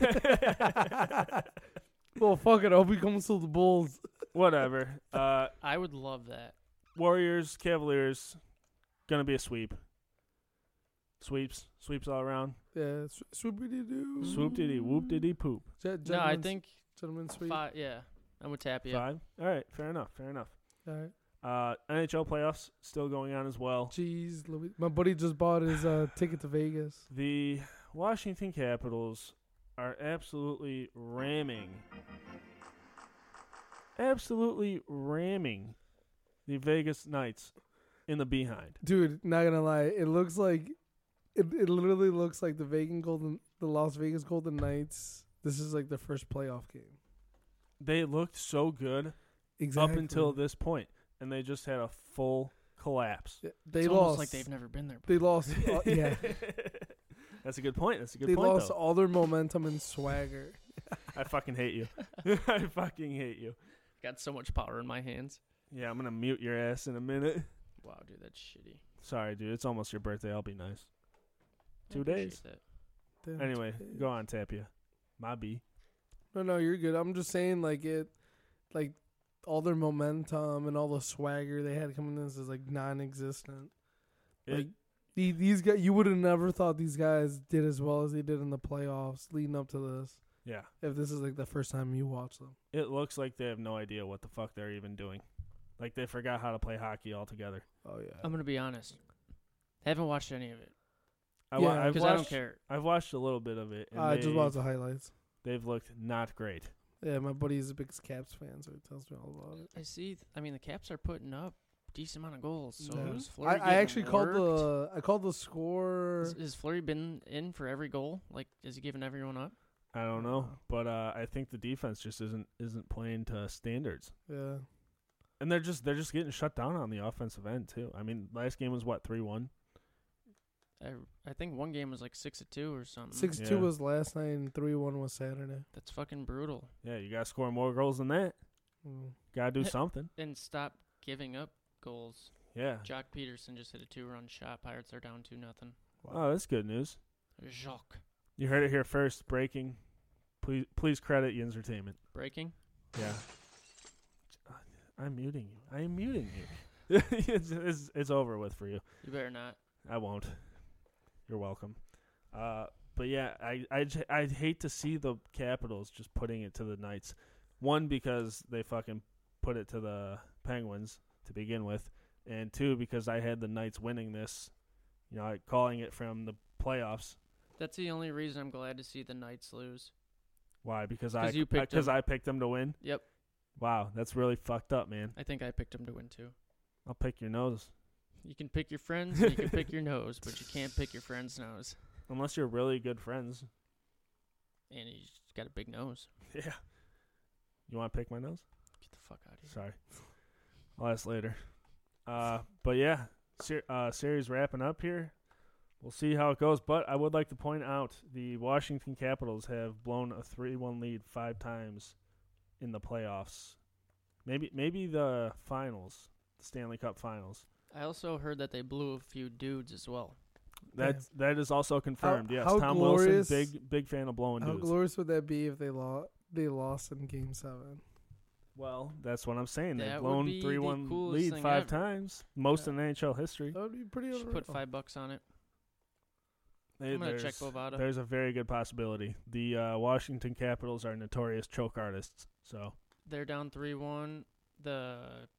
Speaker 3: Well, fuck it. I hope he comes to the Bulls.
Speaker 1: Whatever. Uh,
Speaker 2: I would love that.
Speaker 1: Warriors, Cavaliers, gonna be a sweep. Sweeps, sweeps all around.
Speaker 3: Yeah. Swoopity doo.
Speaker 1: Swoop diddy, whoop diddy, poop.
Speaker 2: No, I think.
Speaker 3: Gentlemen sweep.
Speaker 2: Fi- yeah, I'm with Tapia.
Speaker 1: Five. All right, fair enough, fair enough.
Speaker 3: All right.
Speaker 1: Uh, NHL playoffs still going on as well.
Speaker 3: Jeez, Louis. my buddy just bought his uh, [laughs] ticket to Vegas.
Speaker 1: The Washington Capitals are absolutely ramming, absolutely ramming the Vegas Knights in the behind.
Speaker 3: Dude, not gonna lie, it looks like it, it literally looks like the Vegas Golden the Las Vegas Golden Knights. This is like the first playoff game.
Speaker 1: They looked so good
Speaker 3: Exactly.
Speaker 1: up until this point, and they just had a full collapse.
Speaker 3: Yeah, they
Speaker 2: It's
Speaker 3: lost
Speaker 2: almost like they've never been there.
Speaker 3: they lost
Speaker 1: [laughs]
Speaker 3: all, [laughs] yeah.
Speaker 1: That's a good point. That's a good
Speaker 3: they
Speaker 1: point.
Speaker 3: lost
Speaker 1: though.
Speaker 3: all their momentum and swagger.
Speaker 1: I fucking hate you. [laughs] I fucking hate you.
Speaker 2: [laughs] Got so much power in my hands.
Speaker 1: Yeah, I'm gonna mute your ass in a minute.
Speaker 2: Wow, dude, that's shitty.
Speaker 1: Sorry, dude. It's almost your birthday. I'll be nice.
Speaker 2: I
Speaker 1: Two
Speaker 2: appreciate
Speaker 1: days.
Speaker 2: that.
Speaker 3: Damn.
Speaker 1: Anyway,
Speaker 3: Dude.
Speaker 1: go on, Tapia. My B.
Speaker 3: No, no, you're good. I'm just saying like it like all their momentum and all the swagger they had coming in this is like non existent.
Speaker 1: It-
Speaker 3: Like the, these guys, you would have never thought these guys did as well as they did in the playoffs leading up to this.
Speaker 1: Yeah.
Speaker 3: If this is like the first time you watch them,
Speaker 1: It looks like they have no idea what the fuck they're even doing. Like they forgot how to play hockey altogether.
Speaker 3: oh yeah,
Speaker 2: I'm gonna be honest. Haven't watched any of it
Speaker 1: I wa-
Speaker 3: Yeah.
Speaker 1: I've
Speaker 2: because
Speaker 1: watched,
Speaker 2: I don't care.
Speaker 1: I've watched a little bit of it. And
Speaker 3: I
Speaker 1: they,
Speaker 3: just watched the highlights.
Speaker 1: They've looked not great.
Speaker 3: Yeah, my buddy's the biggest Caps fan, so he tells me all about it.
Speaker 2: I see. th- I mean, the Caps are putting up decent amount of goals. So
Speaker 3: Yeah.
Speaker 2: is Flurry
Speaker 3: I, I
Speaker 2: getting
Speaker 3: actually called
Speaker 2: worked?
Speaker 3: the I called the score.
Speaker 2: Is, is Flurry been in for every goal? Like, is he giving everyone up?
Speaker 1: I don't know,
Speaker 3: Oh.
Speaker 1: but uh, I think the defense just isn't isn't playing to standards,
Speaker 3: Yeah,
Speaker 1: and they're just they're just getting shut down on the offensive end too. I mean, last game was what three one.
Speaker 2: I I think one game was like six to two or something.
Speaker 3: six
Speaker 1: Yeah.
Speaker 3: two was last night, and three one was Saturday.
Speaker 2: That's fucking brutal.
Speaker 1: Yeah, you got to score more goals than that.
Speaker 3: Mm.
Speaker 1: Got to do something.
Speaker 2: And stop giving up goals.
Speaker 1: Yeah.
Speaker 2: Jock Peterson just hit a two-run shot. Pirates are down two nothing.
Speaker 1: Oh, that's good news.
Speaker 2: Jacques
Speaker 1: You heard it here first. Breaking. E Please, please credit Entertainment.
Speaker 2: breaking.
Speaker 1: Yeah. I'm muting you. I am muting you. [laughs] it's, it's, it's over with for you.
Speaker 2: You better not.
Speaker 1: I won't. You're welcome. Uh, but yeah, I I j- I'd hate to see the Capitals just putting it to the Knights. One because they fucking put it to the Penguins to begin with, and two because I had the Knights winning this. You know, I, calling it from the playoffs.
Speaker 2: That's the only reason I'm glad to see the Knights lose.
Speaker 1: Why? Because I
Speaker 2: 'Cause you picked
Speaker 1: because
Speaker 2: 'em.
Speaker 1: I picked them to win.
Speaker 2: Yep.
Speaker 1: Wow, that's really fucked up, man.
Speaker 2: I think I picked them to win too.
Speaker 1: I'll pick your nose
Speaker 2: You can pick your friends, and you can pick your nose, but you can't pick your friend's nose.
Speaker 1: unless you're really good friends. [laughs]
Speaker 2: And he's got a big nose.
Speaker 1: Yeah. You want to pick my nose?
Speaker 2: Get the fuck out of here.
Speaker 1: Sorry. I'll ask later. Uh, but yeah, ser- uh, series wrapping up here. We'll see how it goes. But I would like to point out the Washington Capitals have blown a three-one lead five times in the playoffs. Maybe maybe the finals, the Stanley Cup Finals.
Speaker 2: I also heard that they blew a few dudes as well.
Speaker 1: That that is also confirmed. yes,
Speaker 3: how
Speaker 1: Tom
Speaker 3: glorious-
Speaker 1: Wilson, big big fan of blowing
Speaker 3: How
Speaker 1: dudes.
Speaker 3: glorious would that be if they lost? They lost in Game Seven.
Speaker 1: well, that's what I'm saying. They've
Speaker 2: That would
Speaker 1: blown
Speaker 2: be the
Speaker 1: three-one
Speaker 2: coolest
Speaker 1: lead
Speaker 2: thing
Speaker 1: five
Speaker 2: ever.
Speaker 1: times, most
Speaker 2: Yeah.
Speaker 1: in NHL history.
Speaker 3: That would be pretty.
Speaker 2: Should
Speaker 3: unreal.
Speaker 2: put five bucks on it.
Speaker 1: They-
Speaker 2: I'm gonna check
Speaker 1: there's-
Speaker 2: Bovada.
Speaker 1: There's a very good possibility. The uh, Washington Capitals are notorious choke artists, so
Speaker 2: They're down three one. The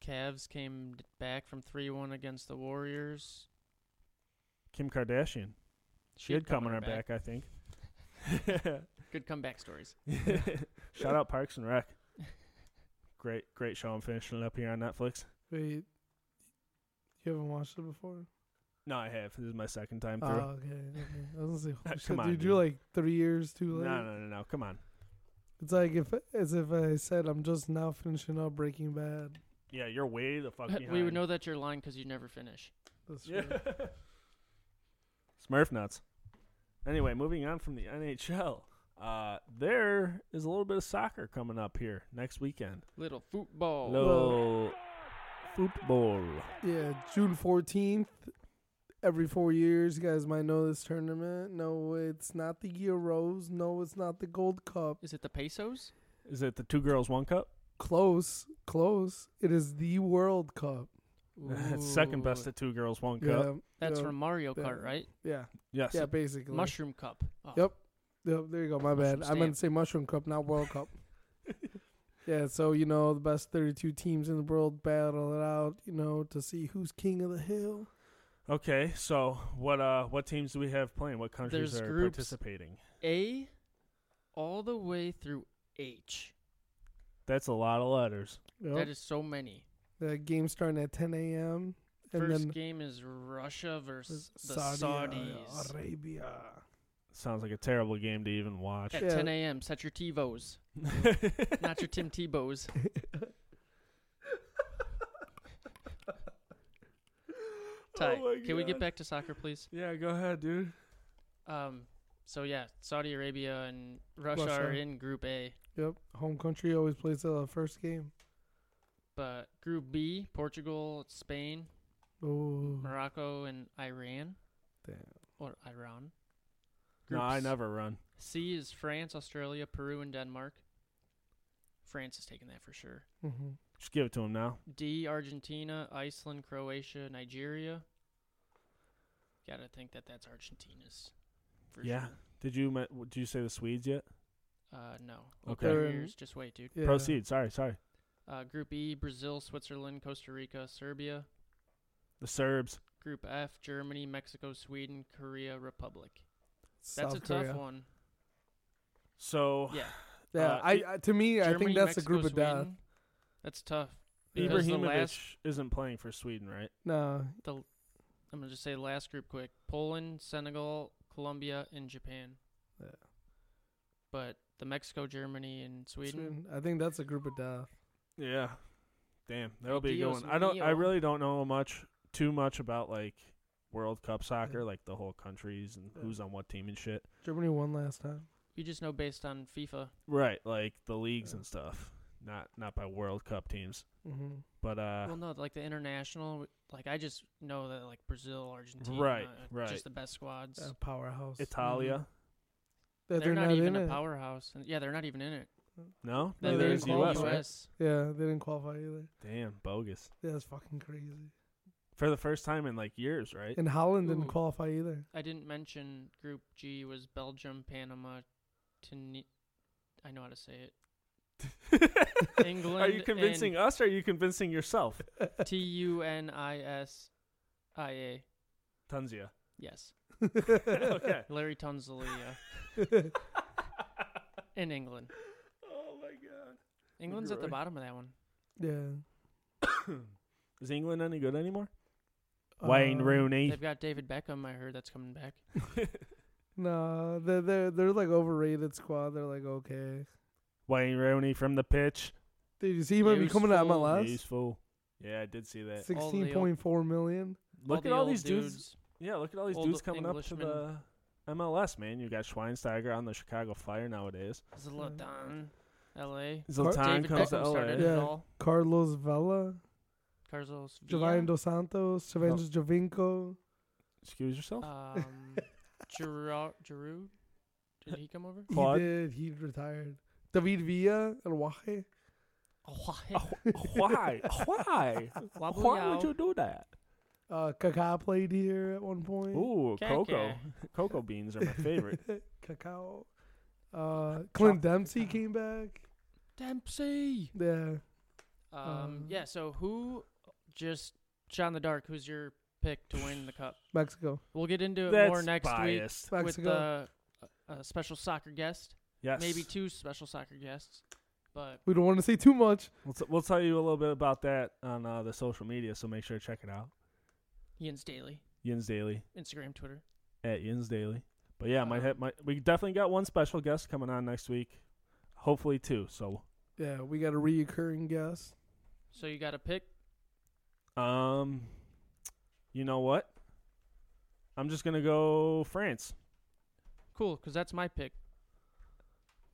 Speaker 2: Cavs came d- back from three one against the Warriors.
Speaker 1: Kim Kardashian, she had come on her back, I think.
Speaker 2: Good comeback stories.
Speaker 1: Shout out Parks and Rec. Great, great show. I'm finishing it up here on Netflix.
Speaker 3: Wait, you haven't watched it before?
Speaker 1: No, I have. This is my second time
Speaker 3: Oh,
Speaker 1: through.
Speaker 3: okay. okay. I was gonna say, holy
Speaker 1: [laughs]
Speaker 3: shit,
Speaker 1: Come on,
Speaker 3: dude,
Speaker 1: dude.
Speaker 3: you're like three years too
Speaker 1: no,
Speaker 3: late.
Speaker 1: no, no, no. Come on.
Speaker 3: It's like if as if I said I'm just now finishing up Breaking Bad.
Speaker 1: Yeah, you're way the fuck behind.
Speaker 2: [laughs] we would
Speaker 1: [laughs]
Speaker 2: know that you're lying because you never finish.
Speaker 3: That's
Speaker 1: Yeah.
Speaker 3: true.
Speaker 1: Smurf nuts. Anyway, moving on from the NHL. Uh, there is a little bit of soccer coming up here next weekend.
Speaker 2: Little football.
Speaker 1: Little football.
Speaker 3: Yeah, June fourteenth. Every four years, you guys might know this tournament. No, it's not the Euros. No, it's not the Gold Cup.
Speaker 2: Is it the pesos?
Speaker 1: Is it the two girls one cup? [laughs]
Speaker 3: Close, close. It is the World Cup.
Speaker 1: That's [laughs] second best
Speaker 2: Ooh.
Speaker 1: at two girls one
Speaker 3: Yeah,
Speaker 1: cup.
Speaker 2: That's
Speaker 3: yeah,
Speaker 2: from Mario
Speaker 3: yeah.
Speaker 2: Kart, right?
Speaker 3: yeah,
Speaker 1: Yes.
Speaker 3: yeah. Basically,
Speaker 2: Mushroom cup. Oh,
Speaker 3: Yep. Yep, there you go. My bad.
Speaker 2: Mushroom
Speaker 3: I meant to say Mushroom Cup, not
Speaker 2: [laughs]
Speaker 3: World Cup. yeah, so you know the best 32 teams in the world battle it out, you know, to see who's king of the hill.
Speaker 1: Okay. So what uh what teams do we have playing? What countries
Speaker 2: There's
Speaker 1: are
Speaker 2: groups.
Speaker 1: participating?
Speaker 2: A, all the way through H.
Speaker 1: That's a lot of letters.
Speaker 2: That
Speaker 3: Yep.
Speaker 2: is so many.
Speaker 3: The game starting at 10 a.m. and
Speaker 2: First
Speaker 3: then
Speaker 2: game is Russia versus the
Speaker 3: Saudi uh,
Speaker 2: Saudis
Speaker 3: Arabia.
Speaker 1: Sounds like a terrible game to even watch.
Speaker 2: at
Speaker 3: Yeah.
Speaker 2: 10 a.m. Set your TiVos, [laughs]
Speaker 1: [laughs]
Speaker 2: not your Tim Tebow's. Ty,
Speaker 1: Oh my
Speaker 2: can we get
Speaker 1: God.
Speaker 2: back to soccer, please?
Speaker 1: yeah, go ahead, dude.
Speaker 2: Um, so yeah, Saudi Arabia and Russia, are
Speaker 3: Russia.
Speaker 2: in Group A,
Speaker 3: Yep, home country always plays the first game.
Speaker 2: but Group B, Portugal, Spain,
Speaker 3: Oh,
Speaker 2: Morocco, and Iran
Speaker 3: damn.
Speaker 2: or Iran.
Speaker 1: No, I
Speaker 2: Groups.
Speaker 1: never run.
Speaker 2: C is France, Australia, Peru, and Denmark. France is taking that for sure.
Speaker 3: Mm-hmm.
Speaker 1: Just give it to him now.
Speaker 2: D, Argentina, Iceland, Croatia, Nigeria. Gotta think that that's Argentina's. For
Speaker 1: Yeah.
Speaker 2: sure.
Speaker 1: Did you ma- w- did you say the Swedes yet?
Speaker 2: Uh, no.
Speaker 1: Okay.
Speaker 2: Okay.
Speaker 3: They're in-
Speaker 2: Years. Just wait, dude.
Speaker 3: Yeah.
Speaker 1: Proceed. Sorry, sorry.
Speaker 2: Uh, group E, Brazil, Switzerland, Costa Rica, Serbia.
Speaker 1: The Serbs.
Speaker 2: Group F, Germany, Mexico, Sweden, Korea, Republic.
Speaker 3: South
Speaker 2: That's a
Speaker 3: Korea.
Speaker 2: tough one.
Speaker 1: So
Speaker 2: Yeah.
Speaker 3: Yeah,
Speaker 1: Uh,
Speaker 3: I, I to me, I think
Speaker 2: Germany,
Speaker 3: that's
Speaker 2: Mexico,
Speaker 3: a group of death.
Speaker 2: Sweden. That's tough. Because the
Speaker 1: Ibrahimovic
Speaker 2: last,
Speaker 1: isn't playing for Sweden, right?
Speaker 3: No,
Speaker 2: I'm gonna just say last group quick: Poland, Senegal, Colombia, and Japan.
Speaker 3: Yeah.
Speaker 2: But the Mexico, Germany, and Sweden.
Speaker 3: Sweden. I think that's a group of death.
Speaker 1: Yeah. Damn, that'll be a good
Speaker 2: Dios
Speaker 1: one. I don't. I
Speaker 2: mio.
Speaker 1: really don't know much too much about like World Cup soccer, like the whole countries and
Speaker 3: Yeah.
Speaker 1: who's on what team and shit.
Speaker 3: Germany won last time.
Speaker 2: You just know based on FIFA.
Speaker 1: Right, like the leagues
Speaker 3: Yeah.
Speaker 1: and stuff. Not not by World Cup teams,
Speaker 3: Mm-hmm.
Speaker 1: but uh,
Speaker 2: well, no, like the international. Like I just know that like Brazil, Argentina,
Speaker 1: Right,
Speaker 2: uh,
Speaker 1: right.
Speaker 2: Just the best squads.
Speaker 3: A powerhouse.
Speaker 1: Italia.
Speaker 3: That
Speaker 2: Mm-hmm. they're, not, even
Speaker 3: in
Speaker 2: a
Speaker 3: it.
Speaker 2: powerhouse. And, yeah, they're not even in it.
Speaker 1: No,
Speaker 3: Then
Speaker 1: neither
Speaker 3: they
Speaker 1: is
Speaker 3: call
Speaker 1: U.S.
Speaker 3: you
Speaker 1: Right?
Speaker 3: Yeah, they didn't qualify either.
Speaker 1: Damn, bogus.
Speaker 3: Yeah, that's fucking crazy.
Speaker 1: For the first time in like years,
Speaker 2: [laughs]
Speaker 1: right?
Speaker 3: And Holland didn't
Speaker 2: Ooh.
Speaker 3: qualify either.
Speaker 2: I didn't mention Group G was Belgium, Panama, Tun- I know how to say it. England
Speaker 1: are you convincing us? or Are you convincing yourself?
Speaker 2: T U N I S I A. [laughs]
Speaker 1: Tunzia.
Speaker 2: Yes, [laughs]
Speaker 1: okay. [laughs]
Speaker 2: Larry Tunzilia
Speaker 1: [laughs]
Speaker 2: in England.
Speaker 1: Oh my god.
Speaker 2: England's at the
Speaker 1: Right.
Speaker 2: bottom of that one.
Speaker 3: [laughs] Yeah.
Speaker 1: Is England any good anymore? Wayne
Speaker 3: Uh,
Speaker 1: Rooney.
Speaker 2: They've got David Beckham. I heard that's coming back.
Speaker 3: No, they're they're they're like overrated squad. They're like okay.
Speaker 1: [laughs] Wayne Rooney from the pitch.
Speaker 3: Dude, you see him be
Speaker 2: Here's
Speaker 3: coming to
Speaker 2: full-
Speaker 3: MLS?
Speaker 1: Useful. Yeah, I did see that.
Speaker 2: All the old-
Speaker 3: Sixteen point four million.
Speaker 1: Look
Speaker 2: the
Speaker 1: at all
Speaker 2: old
Speaker 1: these dudes. Yeah, look at all these
Speaker 2: old
Speaker 1: dudes coming
Speaker 2: Englishmen.
Speaker 1: up to the MLS, man. You got Schweinsteiger on the Chicago Fire nowadays.
Speaker 2: Zlatan, L.A.
Speaker 1: Zlatan
Speaker 2: David
Speaker 1: comes
Speaker 2: Beckham
Speaker 1: to LA.
Speaker 2: started
Speaker 3: Yeah.
Speaker 2: it all.
Speaker 3: Carlos Vela,
Speaker 2: Carlos Villa,
Speaker 3: Javian Dos Santos, Javanges
Speaker 1: [laughs]
Speaker 3: Javinko.
Speaker 1: Excuse yourself. [laughs]
Speaker 2: um, Giroud, Giroud. Did he come over?
Speaker 1: [laughs] Claude.
Speaker 3: He did. He retired. David Villa and Wahe.
Speaker 2: Why?
Speaker 1: Uh,
Speaker 2: [laughs]
Speaker 3: [laughs]
Speaker 1: Why? Why? Why would you do that?
Speaker 3: Uh, Kaká played here at one point.
Speaker 1: Ooh,
Speaker 2: Kaka.
Speaker 1: cocoa. Cocoa beans are my
Speaker 2: [laughs]
Speaker 3: [laughs]
Speaker 1: favorite.
Speaker 3: Kakao. Uh, Clint Dempsey came back.
Speaker 2: Dempsey?
Speaker 3: Yeah.
Speaker 2: Um,
Speaker 3: Um,
Speaker 2: yeah, so who just shot in the dark? Who's your pick to win the cup?
Speaker 3: Mexico.
Speaker 2: We'll get into it more
Speaker 1: That's
Speaker 2: next
Speaker 1: biased.
Speaker 2: week with
Speaker 3: Mexico.
Speaker 2: uh, a, a special soccer guest.
Speaker 1: Yes.
Speaker 2: Maybe two special soccer guests. But
Speaker 3: we don't want to say too much.
Speaker 1: We'll, t- we'll tell you a little bit about that on uh, the social media, so make sure to check it out.
Speaker 2: Ian's Daily,
Speaker 1: Yins Daily
Speaker 2: Instagram, Twitter.
Speaker 1: at Yins Daily. But yeah, my,
Speaker 2: Um,
Speaker 1: my we definitely got one special guest coming on next week. Hopefully two. So
Speaker 3: Yeah, we got a reoccurring guest.
Speaker 2: So you got a pick?
Speaker 1: um you know what? I'm just gonna go France.
Speaker 2: Cool, because that's my pick.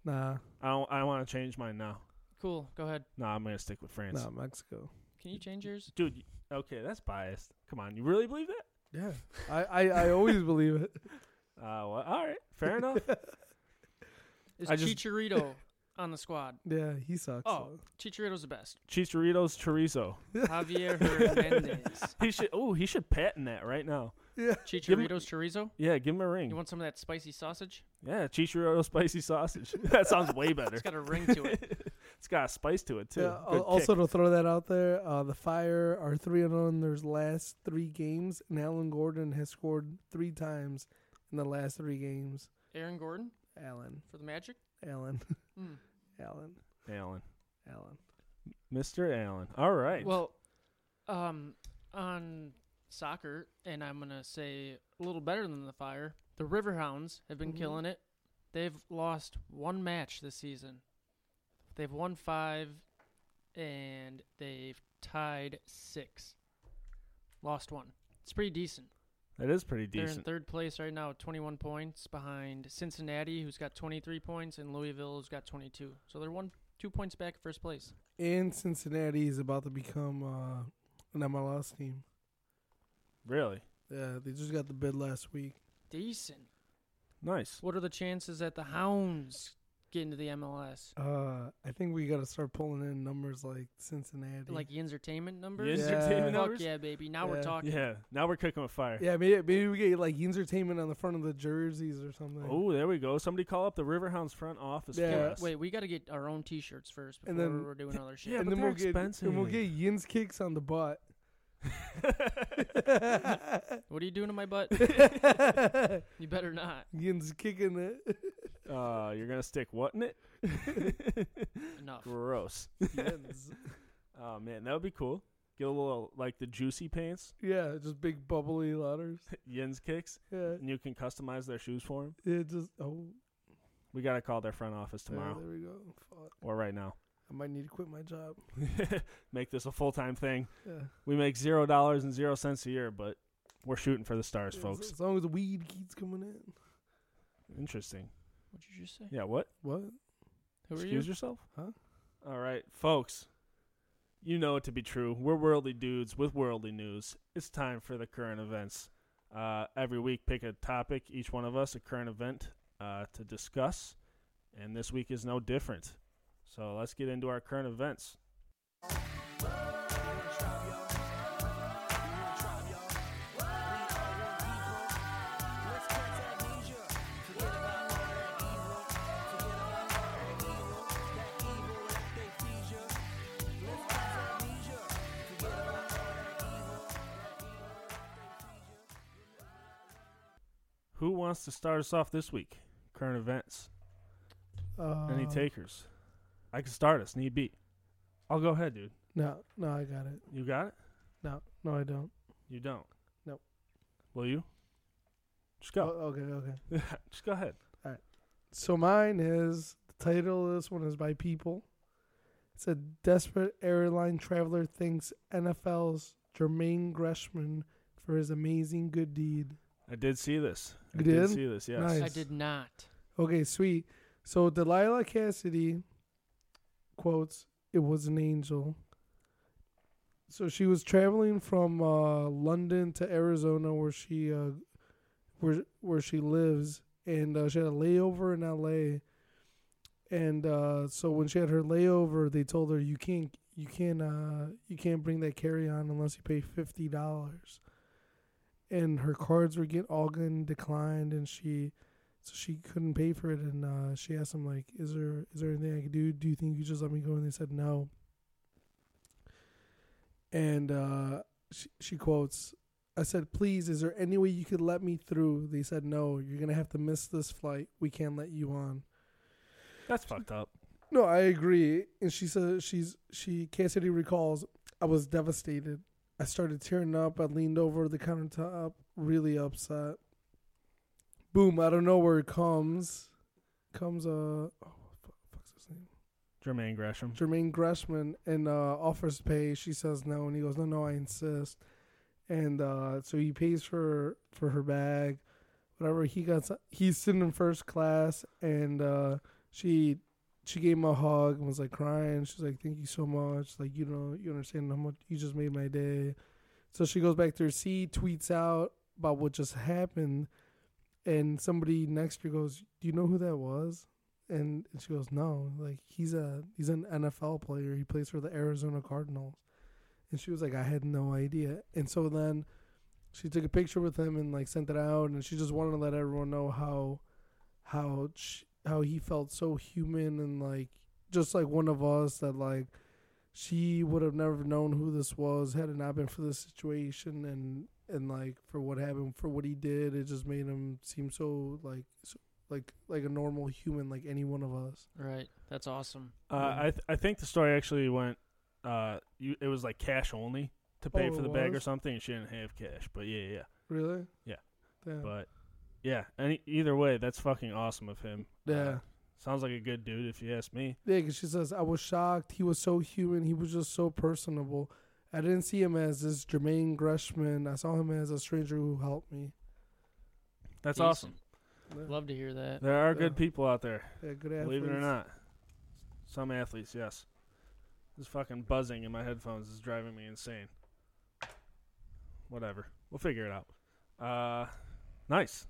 Speaker 3: Nah,
Speaker 1: I don't, I wanna change mine now.
Speaker 2: Cool, go ahead.
Speaker 1: No, I'm gonna stick with France.
Speaker 3: nah, Mexico.
Speaker 2: Can you change yours?
Speaker 1: Dude, y- okay, that's biased. Come on, you really believe that?
Speaker 3: Yeah, I, I, I always
Speaker 2: [laughs]
Speaker 3: believe it.
Speaker 1: Uh well, all right, fair
Speaker 3: [laughs]
Speaker 1: enough.
Speaker 2: Is
Speaker 1: I just- [laughs]
Speaker 2: Chicharito on the squad?
Speaker 3: Yeah, he sucks.
Speaker 2: Oh,
Speaker 3: though.
Speaker 2: Chicharito's the best.
Speaker 1: Chicharito's chorizo.
Speaker 3: [laughs]
Speaker 2: Javier Hernandez.
Speaker 1: He should oh, he should patent that right now.
Speaker 3: yeah.
Speaker 2: Chicharito's chorizo?
Speaker 1: Yeah, give him a ring.
Speaker 2: You want some of that spicy sausage?
Speaker 1: Yeah, Chicharito spicy sausage. [laughs] that sounds way better.
Speaker 2: It's got a ring
Speaker 1: [laughs]
Speaker 2: to it.
Speaker 1: It's got a spice to it too.
Speaker 3: Yeah, al-
Speaker 1: Good
Speaker 3: also
Speaker 1: kick.
Speaker 3: to throw that out there, uh, the Fire are three and on their last three games, and Alan Gordon has scored three times in the last three games.
Speaker 2: Aaron Gordon
Speaker 3: Alan,
Speaker 2: for the Magic.
Speaker 3: Alan,
Speaker 2: Mm.
Speaker 3: Alan,
Speaker 1: Allen,
Speaker 3: Alan.
Speaker 1: Mr. Allen. All right.
Speaker 2: Well, um, on soccer, and I'm gonna say a little better than the Fire. The Riverhounds have been
Speaker 1: Mm-hmm.
Speaker 3: Mhm.
Speaker 2: killing it. They've lost one match this season. They've won five, and they've tied six. Lost one. It's pretty decent.
Speaker 1: that is pretty
Speaker 2: They're in
Speaker 1: decent.
Speaker 2: third place right now, with 21 points behind Cincinnati, who's got 23 points, and Louisville, who's got 22. So they're one, two points back, first place.
Speaker 3: And Cincinnati is about to become uh, an MLS team.
Speaker 1: Really
Speaker 3: Yeah, they just got the bid last week.
Speaker 2: Decent.
Speaker 1: nice.
Speaker 2: What are the chances that the Hounds get into the MLS?
Speaker 3: Uh, I think we got to start pulling in numbers like Cincinnati.
Speaker 2: Like the entertainment
Speaker 1: The
Speaker 2: numbers?
Speaker 3: Yeah.
Speaker 1: entertainment
Speaker 2: Fuck
Speaker 1: numbers?
Speaker 2: yeah, baby. Now we're
Speaker 3: Yeah.
Speaker 2: talking.
Speaker 1: Yeah. Now we're cooking with fire.
Speaker 3: yeah, maybe maybe we get like entertainment on the front of the jerseys or something.
Speaker 1: Oh, there we go. Somebody call up the Riverhounds front office
Speaker 3: Yeah.
Speaker 1: for
Speaker 3: Yeah,
Speaker 1: us.
Speaker 2: Wait, we got to get our own T-shirts first before
Speaker 3: And then-
Speaker 2: we're doing other shit.
Speaker 1: Yeah,
Speaker 3: and
Speaker 1: but
Speaker 3: then
Speaker 1: they're
Speaker 3: we'll get and we'll
Speaker 1: expensive.
Speaker 3: get yin's kicks on
Speaker 1: [laughs]
Speaker 3: the butt.
Speaker 2: What are you doing to
Speaker 1: [laughs]
Speaker 2: my butt? you better not.
Speaker 3: yin's kicking it.
Speaker 1: uh, you're gonna stick what in it?
Speaker 2: Enough.
Speaker 1: Gross.
Speaker 3: Yin's.
Speaker 1: Oh man, that would be cool. Get a little like the juicy pants,
Speaker 3: [laughs]
Speaker 1: [laughs]
Speaker 3: Yeah, just big bubbly letters.
Speaker 1: Yin's kicks,
Speaker 3: Yeah,
Speaker 1: and you can customize their shoes for them.
Speaker 3: it just oh
Speaker 1: We gotta call their front office
Speaker 3: there-
Speaker 1: tomorrow
Speaker 3: There, we go. Fuck.
Speaker 1: or right now. [laughs]
Speaker 3: I might need to quit my job.
Speaker 1: Make this a full time thing.
Speaker 3: Yeah.
Speaker 1: We make zero dollars and zero cents a year, but we're shooting for the stars,
Speaker 3: Yeah, as-
Speaker 1: folks.
Speaker 3: As long as the weed keeps coming in.
Speaker 1: Interesting.
Speaker 2: What'd you just say?
Speaker 1: Yeah, what?
Speaker 3: What?
Speaker 2: Who are you?
Speaker 1: Excuse yourself?
Speaker 3: Huh?
Speaker 1: All right, folks. You know it to be true. We're worldly dudes with worldly news. It's time for the current events. Uh, every week, pick a topic, each one of us, a current event uh, to discuss. And this week is no different. So let's get into our current events. Who wants to start us off this week? Current events.
Speaker 3: Uh,
Speaker 1: Any takers? I can start us, need be. I'll go ahead, dude.
Speaker 3: No, no, I got it.
Speaker 1: You got it?
Speaker 3: No, no, I don't.
Speaker 1: You don't?
Speaker 3: Nope.
Speaker 1: Will you? Just go.
Speaker 3: Oh, okay, okay.
Speaker 1: [laughs] Just go ahead.
Speaker 3: So mine is the title of this one is by People. It's a desperate airline traveler thanks NFL's Jermaine Greshman for his amazing good deed.
Speaker 1: I did see this.
Speaker 3: You
Speaker 1: I
Speaker 3: did?
Speaker 1: see this, yes.
Speaker 3: Nice.
Speaker 2: I did not.
Speaker 3: Okay, sweet. So Delilah Cassidy quotes, "It was an angel." So she was traveling from uh, London to Arizona, where she uh, where where she lives, and uh, she had a layover in L.A. And uh, so when she had her layover, they told her you can't you can't uh, you can't bring that carry on unless you pay fifty dollars. And her cards were getting all getting declined, and she so she couldn't pay for it, and uh, she asked him like, "Is there is there anything I can do? Do you think you just let me go?" And they said no. And uh, she she quotes, "I said, please, is there any way you could let me through?" They said, "No, you're gonna have to miss this flight. We can't let you on."
Speaker 1: That's fucked up.
Speaker 3: No, I agree. And she says she's she Cassidy recalls, I was devastated. I started tearing up. I leaned over the countertop, really upset. Boom! I don't know where it comes. Comes uh oh, fuck, fuck's his name?
Speaker 1: Jermaine Gresham.
Speaker 3: Jermaine Greshman and uh, offers to pay. She says no, and he goes, "No, no, I insist." And uh, so he pays for for her bag, whatever. He got s- he's sitting in first class, and uh, she she gave him a hug and was like crying. She's like, "Thank you so much. Like you know, you understand how much you just made my day." So she goes back to her seat, tweets out about what just happened, and somebody next to her goes, "Do you know who that was?" and and she goes, "No, like he's a he's an NFL player. He plays for the Arizona Cardinals." And she was like, "I had no idea." And so then she took a picture with him and like sent it out, and she just wanted to let everyone know how how sh how he felt so human and like just like one of us that like she would have never known who this was had it not been for this situation and and like for what happened for what he did it just made him seem so like so, like like a normal human like any one of us
Speaker 2: Right. That's awesome.
Speaker 1: Uh, I th- I think the story actually went. Uh, you it was like cash only to pay
Speaker 3: Oh,
Speaker 1: for
Speaker 3: it
Speaker 1: the bag or
Speaker 3: was?
Speaker 1: something, and she didn't have cash. But yeah, yeah,
Speaker 3: really
Speaker 1: Yeah.
Speaker 3: Damn.
Speaker 1: but uh, yeah. Any either way, that's fucking awesome of him.
Speaker 3: yeah
Speaker 1: Uh, sounds like a good dude if you ask me.
Speaker 3: Yeah, 'cause she says, I was shocked. He was so human. He was just so personable. I didn't see him as this Jermaine Greshman. I saw him as a stranger who helped me.
Speaker 1: That's
Speaker 2: Decent.
Speaker 1: awesome.
Speaker 3: Yeah,
Speaker 2: Love to hear that.
Speaker 1: There are
Speaker 3: Yeah.
Speaker 1: good people out there.
Speaker 3: yeah, good
Speaker 1: Believe it or not,
Speaker 3: athletes.
Speaker 1: some athletes, yes. This fucking buzzing in my headphones is driving me insane. Whatever, we'll figure it out. Uh, nice.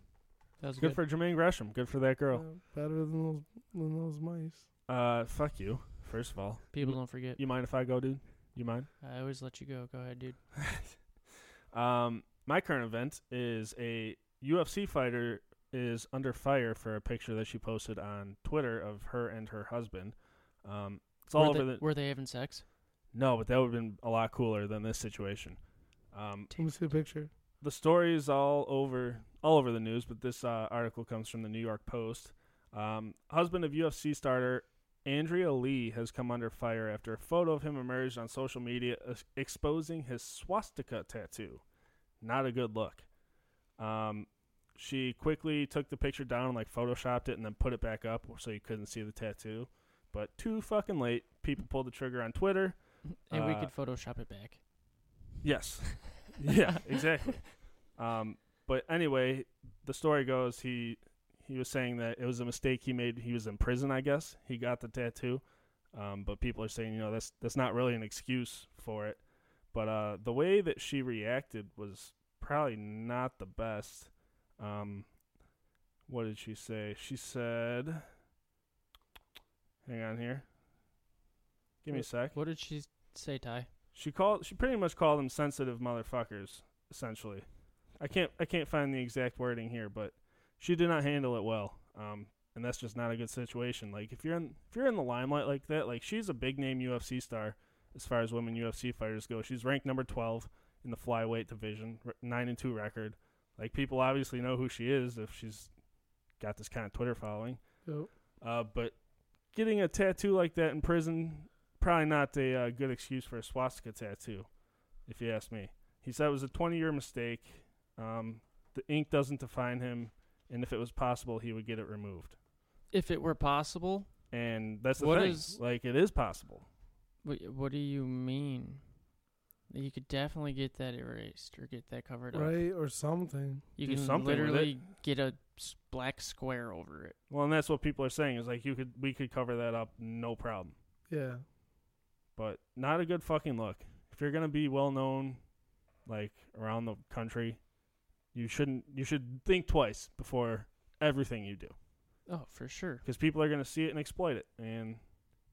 Speaker 2: That was
Speaker 1: Good, for Jermaine Gresham. Good for that girl.
Speaker 3: Yeah, better than those, than those mice.
Speaker 1: Uh, fuck you. First of all,
Speaker 2: People don't forget.
Speaker 1: you mind if I go, dude? You mind?
Speaker 2: I always let you go. Go ahead, dude.
Speaker 1: Um, my current event is a UFC fighter is under fire for a picture that she posted on Twitter of her and her husband. Um, it's all
Speaker 2: were,
Speaker 1: over
Speaker 2: they,
Speaker 1: the
Speaker 2: were they having sex?
Speaker 1: no, but that would have been a lot cooler than this situation. Um,
Speaker 3: Let me see the picture.
Speaker 1: the story is all over all over the news, but this uh, article comes from the New York Post. Um, husband of UFC starter Andrea Lee has come under fire after a photo of him emerged on social media ex- exposing his swastika tattoo. Not a good look. Um, she quickly took the picture down and like photoshopped it and then put it back up so you couldn't see the tattoo. But too fucking late. People pulled the trigger on Twitter.
Speaker 2: [laughs]
Speaker 1: [laughs]
Speaker 2: And we
Speaker 1: Uh,
Speaker 2: could Photoshop it back. [laughs]
Speaker 1: Yes. yeah, exactly. Um, but anyway, the story goes he he was saying that it was a mistake he made. He was in prison, I guess. He got the tattoo, um, but people are saying you know that's that's not really an excuse for it. But uh, the way that she reacted was probably not the best. Um, what did she say? She said, "Hang on here." Give me a sec.
Speaker 2: What did she s- say, Ty?
Speaker 1: She called. She pretty much called them sensitive motherfuckers. Essentially, I can't. I can't find the exact wording here, but she did not handle it well. Um, and that's just not a good situation. Like if you're in if you're in the limelight like that, like she's a big name UFC star as far as women UFC fighters go. She's ranked number twelve in the flyweight division, r- nine and two record. Like people obviously know who she is if she's got this kind of Twitter following.
Speaker 3: Yep.
Speaker 1: Uh, but getting a tattoo like that in prison, probably not a uh, good excuse for a swastika tattoo, if you ask me. He said it was a 20 year mistake. Um, the ink doesn't define him, and if it was possible, he would get it removed.
Speaker 2: If it were possible,
Speaker 1: And that's the
Speaker 2: What
Speaker 1: thing.
Speaker 2: is-
Speaker 1: like, it is possible.
Speaker 2: what, what do you mean? You could definitely get that erased or get that covered up.
Speaker 3: Right or something.
Speaker 2: You
Speaker 1: Do
Speaker 2: can
Speaker 1: something with it.
Speaker 2: literally get a s- black square over it.
Speaker 1: Well, and that's what people are saying is like you could we could cover that up no problem,
Speaker 3: Yeah.
Speaker 1: but not a good fucking look. If you're gonna be well known, like around the country, you shouldn't you should think twice before everything you do.
Speaker 2: Oh, for sure.
Speaker 1: because people are going to see it and exploit it. And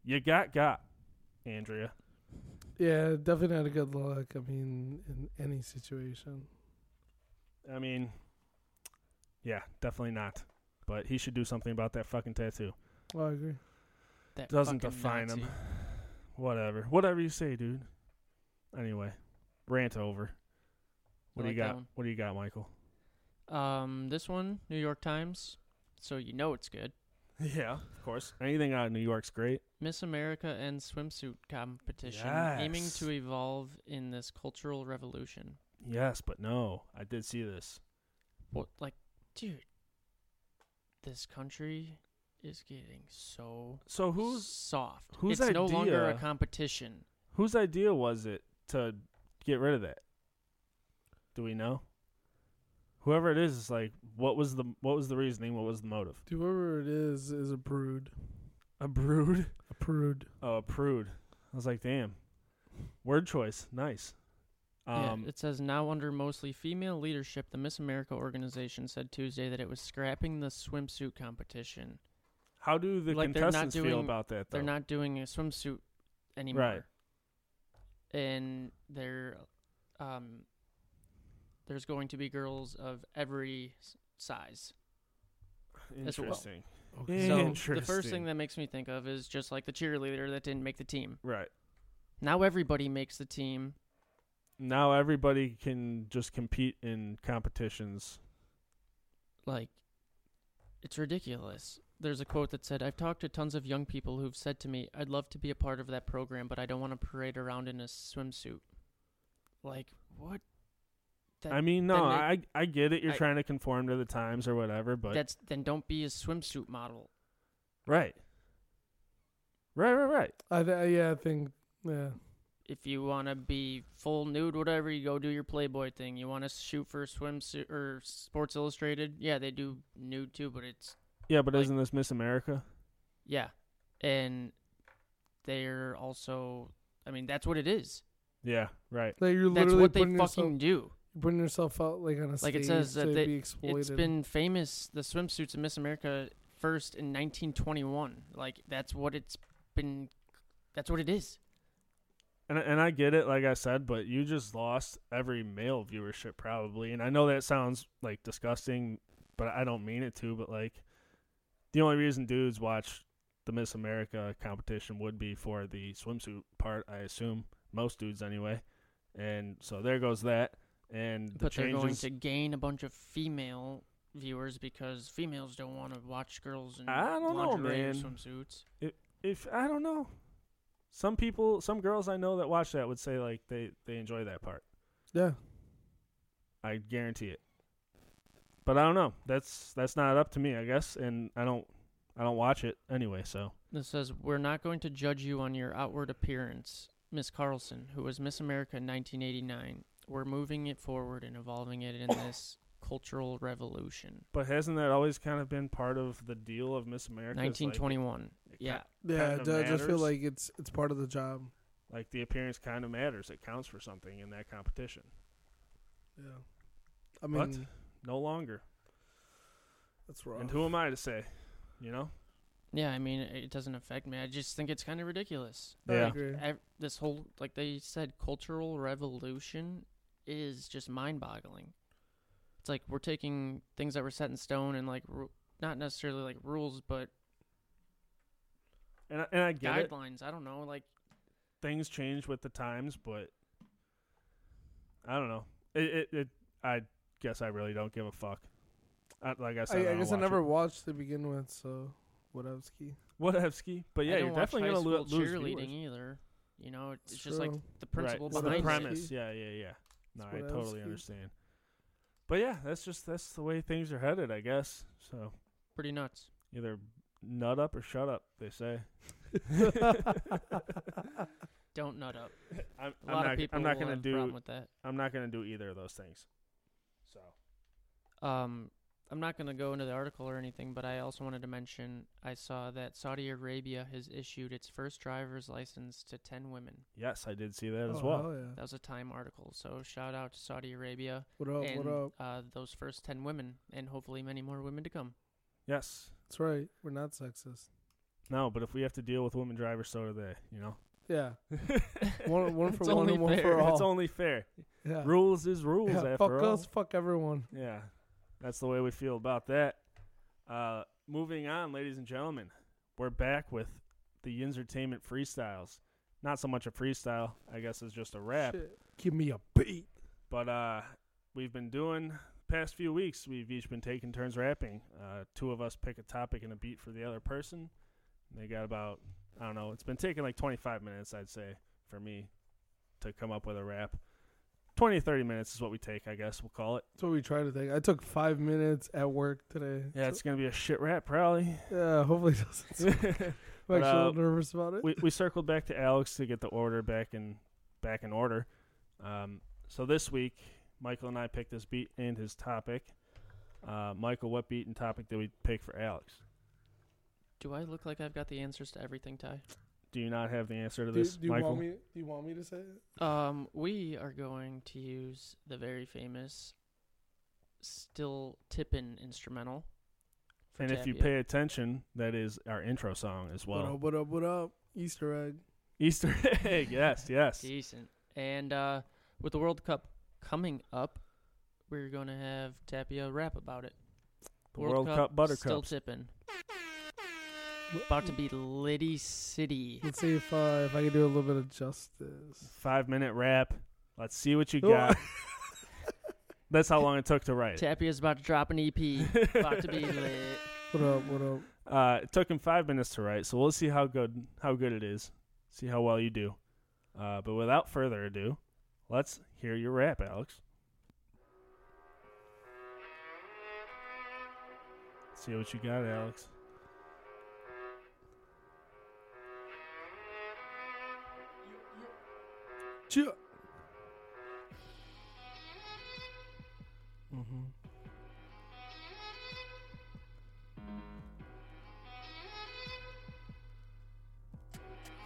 Speaker 1: you got got, Andrea.
Speaker 3: Yeah, definitely not a good look. I mean, in any situation.
Speaker 1: I mean, yeah, definitely not. But he should do something about that fucking tattoo.
Speaker 3: Well, Oh, I agree.
Speaker 2: That
Speaker 1: Doesn't
Speaker 2: fucking
Speaker 1: define
Speaker 2: Nazi.
Speaker 1: him. Whatever. Whatever you say, dude. Anyway, rant over. What
Speaker 2: I
Speaker 1: do you
Speaker 2: like that
Speaker 1: got?
Speaker 2: one.
Speaker 1: What do you got,
Speaker 2: [laughs]
Speaker 1: Michael?
Speaker 2: Um, this one, New York Times. So you know it's good.
Speaker 1: Yeah, of course. Anything out of New York's great.
Speaker 2: Miss America and swimsuit competition aiming
Speaker 1: Yes.
Speaker 2: to evolve in this cultural revolution.
Speaker 1: Yes, but no. I did see this.
Speaker 2: What, like, dude, this country is getting so
Speaker 1: So who's
Speaker 2: soft.
Speaker 1: whose
Speaker 2: it's no longer a
Speaker 1: idea-
Speaker 2: competition.
Speaker 1: whose idea was it to get rid of that? Do we know? Whoever it is, it's like what was the what was the reasoning? What was the motive?
Speaker 3: Dude, whoever it is is a prude.
Speaker 1: A brood.
Speaker 3: A prude.
Speaker 1: Oh, a prude. I was like, damn. Word choice, nice. Um,
Speaker 2: yeah, it says now under mostly female leadership, the Miss America organization said Tuesday that it was scrapping the swimsuit competition.
Speaker 1: how do the
Speaker 2: like, they're not
Speaker 1: contestants feel
Speaker 2: doing-
Speaker 1: about that? Though?
Speaker 2: They're not doing a swimsuit anymore. And they're um there's going to be girls of every s- size. as well.
Speaker 1: interesting.
Speaker 3: Okay.
Speaker 2: So the first
Speaker 1: Interesting.
Speaker 2: thing that makes me think of is just like the cheerleader that didn't make the team.
Speaker 1: Right
Speaker 2: Now everybody makes the team.
Speaker 1: now, everybody can just compete in competitions.
Speaker 2: like it's ridiculous. There's a quote that said, "I've talked to tons of young people who've said to me, I'd love to be a part of that program, but I don't want to parade around in a swimsuit." Like, what? That,
Speaker 1: I mean, no,
Speaker 2: then
Speaker 1: I I get it. You're
Speaker 2: I-
Speaker 1: trying to conform to the times or whatever, but
Speaker 2: that's then don't be a swimsuit model.
Speaker 1: Right. Right, right, right.
Speaker 3: I th- yeah, I think yeah.
Speaker 2: If you want to be full nude, whatever, you go do your Playboy thing. You want to shoot for swimsuit or Sports Illustrated? Yeah, they do nude too, but it's
Speaker 1: Yeah, but
Speaker 2: Like-
Speaker 1: isn't this Miss America?
Speaker 2: yeah, and they're also. I mean, that's what it is.
Speaker 1: Yeah, right.
Speaker 3: Like you're
Speaker 2: That's
Speaker 3: literally
Speaker 2: what they
Speaker 3: putting,
Speaker 2: fucking
Speaker 3: yourself,
Speaker 2: do.
Speaker 3: putting yourself out like on a
Speaker 2: Like
Speaker 3: stage
Speaker 2: it says that
Speaker 3: to
Speaker 2: they-
Speaker 3: be exploited.
Speaker 2: It's been famous. The swimsuits in Miss America first in 1921. Like that's what it's been. That's what it is.
Speaker 1: And and I get it, like I said, but you just lost every male viewership probably. And I know that sounds like disgusting, but I don't mean it to. But like, the only reason dudes watch the Miss America competition would be for the swimsuit part, I assume. Most dudes anyway. And so there goes that. And the
Speaker 2: but they're going
Speaker 1: changes.
Speaker 2: to gain a bunch of female viewers because females don't want to watch girls in
Speaker 1: I don't know,
Speaker 2: lingerie
Speaker 1: man.
Speaker 2: or swimsuits.
Speaker 1: if I don't know. Some people, some girls I know that watch that would say like they they enjoy that part.
Speaker 3: yeah.
Speaker 1: I guarantee it. But I don't know. That's that's not up to me, I guess, and I don't I don't watch it anyway, so
Speaker 2: This says we're not going to judge you on your outward appearance, Miss Carlson, who was Miss America in 1989. We're moving it forward and
Speaker 1: [coughs]
Speaker 2: evolving it in this cultural revolution.
Speaker 1: but hasn't that always kind of been part of the deal of Miss America? is, like,
Speaker 2: 1921.
Speaker 1: it
Speaker 2: Yeah.
Speaker 1: kin-
Speaker 3: Yeah,
Speaker 1: Kinda
Speaker 3: I ju- I just feel
Speaker 1: matters.
Speaker 3: like it's it's part of the job.
Speaker 1: like the appearance kind of matters. It counts for something in that competition.
Speaker 3: Yeah. I mean,
Speaker 1: No longer.
Speaker 3: that's wrong.
Speaker 1: And who am I to say? You know?
Speaker 2: Yeah, I mean, it doesn't affect me. I just think it's kind of ridiculous.
Speaker 1: Yeah.
Speaker 3: I agree.
Speaker 2: Ev- this whole, like they said, cultural revolution is just mind boggling. It's like we're taking things that were set in stone and, like, ru- not necessarily like rules, but
Speaker 1: And I, and I get it.
Speaker 2: guidelines. I don't know. Like,
Speaker 1: Things change with the times, but I don't know. It, it, it I guess I really don't give a fuck. I, like I
Speaker 3: I,
Speaker 1: said, I,
Speaker 3: I
Speaker 1: don't
Speaker 3: guess I
Speaker 1: watch
Speaker 3: never
Speaker 1: it.
Speaker 3: watched to begin with, so whatevsky.
Speaker 1: Whatevski, but
Speaker 2: I
Speaker 1: yeah,
Speaker 2: don't
Speaker 1: you're
Speaker 2: watch
Speaker 1: definitely
Speaker 2: high
Speaker 1: gonna lo-
Speaker 2: school
Speaker 1: lose
Speaker 2: cheerleading
Speaker 1: viewers.
Speaker 2: either. You know, it's,
Speaker 3: It's
Speaker 2: just like
Speaker 3: true.
Speaker 2: the principle
Speaker 1: right.
Speaker 3: It's
Speaker 1: the
Speaker 2: behind it.
Speaker 1: premise. Yeah, yeah, yeah. No, I
Speaker 3: It's what I was
Speaker 1: totally
Speaker 3: thinking.
Speaker 1: understand. But yeah, that's just that's the way things are headed, I guess. So
Speaker 2: Pretty nuts.
Speaker 1: either nut up or shut up, they
Speaker 2: [laughs]
Speaker 1: say.
Speaker 2: Don't nut up.
Speaker 1: I'm,
Speaker 2: A
Speaker 1: I'm
Speaker 2: lot
Speaker 1: not,
Speaker 2: of people
Speaker 1: I'm not
Speaker 2: will
Speaker 1: gonna
Speaker 2: have a
Speaker 1: do
Speaker 2: problem with that.
Speaker 1: I'm not gonna do either of those things. So
Speaker 2: Um, I'm not going to go into the article or anything, but I also wanted to mention I saw that Saudi Arabia has issued its first driver's license to 10 women.
Speaker 1: yes, I did see that as
Speaker 3: Oh,
Speaker 1: well.
Speaker 3: hell yeah.
Speaker 2: That was a Time article. So shout out to Saudi Arabia
Speaker 3: Oh, What up?
Speaker 2: and
Speaker 3: what up?
Speaker 2: Uh, those first 10 women, and hopefully many more women to come.
Speaker 1: Yes.
Speaker 3: That's right. We're not sexist.
Speaker 1: No, but if we have to deal with women drivers, so do they. You know,
Speaker 3: Yeah. [laughs] [laughs] One,
Speaker 2: [laughs]
Speaker 3: one for
Speaker 2: It's
Speaker 3: one
Speaker 2: only
Speaker 3: and one
Speaker 2: fair.
Speaker 3: for all.
Speaker 1: it's only fair.
Speaker 3: yeah.
Speaker 1: Rules is rules
Speaker 3: Yeah,
Speaker 1: after
Speaker 3: fuck
Speaker 1: all.
Speaker 3: us. Fuck everyone.
Speaker 1: Yeah, that's the way we feel about that. Uh, moving on, ladies and gentlemen, we're back with the entertainment freestyles. Not so much a freestyle, I guess it's just a rap.
Speaker 3: Shit. Give me a beat.
Speaker 1: But uh, we've been doing past few weeks. We've each been taking turns rapping. Uh, two of us pick a topic and a beat for the other person. And they got about I don't know. It's been taking like 25 minutes, I'd say, for me to come up with a rap. 20 30 minutes is what we take, I guess we'll call it.
Speaker 3: That's what we try to think. I took five minutes at work today.
Speaker 1: Yeah, it's gonna be a shit rap probably.
Speaker 3: So- yeah. Hopefully it
Speaker 1: [laughs]
Speaker 3: doesn't. I'm actually
Speaker 1: But,
Speaker 3: a
Speaker 1: uh,
Speaker 3: little nervous about
Speaker 2: [laughs]
Speaker 1: [laughs]
Speaker 3: it.
Speaker 1: we we circled back to Alex to get the order back in back in order. Um, so this week, Michael and I picked this beat and his topic. Uh, Michael, what beat and topic did we pick for Alex?
Speaker 2: Do I look like I've got the answers to everything, Ty?
Speaker 1: Do you not have the answer to
Speaker 3: do,
Speaker 1: this,
Speaker 3: do you
Speaker 1: Michael?
Speaker 3: want me? Do you want me to say it?
Speaker 2: Um, we are going to use the very famous Still Tippin' instrumental. for
Speaker 1: and if you
Speaker 2: Tapia.
Speaker 1: pay attention, that is our intro song as well.
Speaker 3: What up? What up? What up? Easter egg.
Speaker 1: Easter [laughs] egg, yes, yes.
Speaker 2: Decent. And uh, with the World Cup coming up, we're going to have Tapia rap about it.
Speaker 1: The World, Cup,
Speaker 2: Still
Speaker 1: buttercups.
Speaker 2: tipping. About to be Liddy City.
Speaker 3: Let's see if uh, if I can do a little bit of justice.
Speaker 1: Five minute rap. Let's see what you
Speaker 3: Oh,
Speaker 1: got. That's how long it took to write. it.
Speaker 2: Tapia's about to drop
Speaker 1: [laughs]
Speaker 2: an EP. about to be lit.
Speaker 3: [laughs] What up? What up?
Speaker 1: Uh, it took him five minutes to write, so we'll see how good how good it is. See how well you do. Uh, but without further ado, let's hear your rap, Alex. See what you got, Alex. [laughs]
Speaker 3: Cheer. Mm-hmm.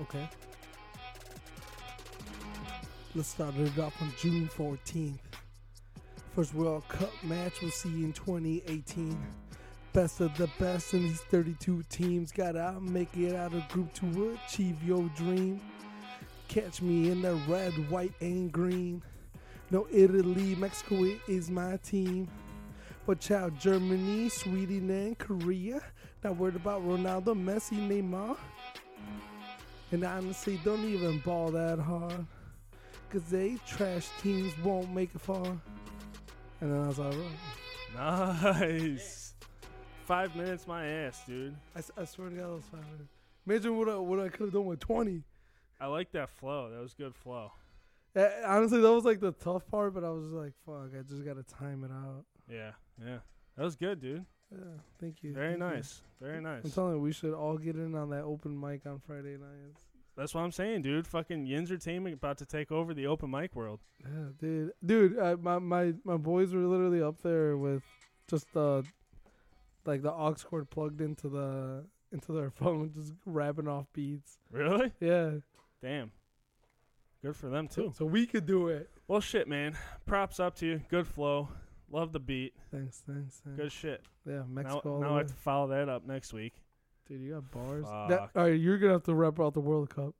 Speaker 3: Okay. Let's start it off on June 14th. First World Cup match we'll see in 2018. Best of the best in these 32 teams. Gotta make it out of group to achieve your dream. Catch me in the red, white, and green. No Italy, Mexico is my team. Watch out, Germany, Sweden, and Korea. Not worried about Ronaldo, Messi, Neymar. And honestly, don't even ball that hard. Cause they trash teams won't make it far. And then I was like, "Oh."
Speaker 1: Nice. Five minutes, my ass, dude.
Speaker 3: I, s- I swear to God, that was five minutes. Imagine what I, what I could have done with 20.
Speaker 1: I like that flow. That was good flow.
Speaker 3: Uh, Honestly, that was like the tough part, but I was just like, fuck, I just gotta time it out.
Speaker 1: Yeah, yeah. That was good, dude.
Speaker 3: Yeah, thank you.
Speaker 1: Very
Speaker 3: thank you.
Speaker 1: nice. Very
Speaker 3: I'm
Speaker 1: nice.
Speaker 3: telling you, we should all get in on that open mic on Friday nights.
Speaker 1: That's what I'm saying, dude. Fucking Yinzertainment about to take over the open mic world. [laughs]
Speaker 3: Yeah, dude, dude, uh, my my my boys were literally up there with just the like the aux cord plugged into the into their [laughs] phone, just rapping off beats.
Speaker 1: Really?
Speaker 3: Yeah,
Speaker 1: Damn. Good for them
Speaker 3: so,
Speaker 1: too.
Speaker 3: so we could do it.
Speaker 1: Well, shit, man. Props up to you. Good flow. Love the beat.
Speaker 3: Thanks, thanks, thanks.
Speaker 1: Good shit.
Speaker 3: Yeah,
Speaker 1: Now,
Speaker 3: Mexico. all the
Speaker 1: now I
Speaker 3: way.
Speaker 1: have to follow that up next week.
Speaker 3: Dude, you got bars. That, all right, you're gonna have to rep out the World Cup.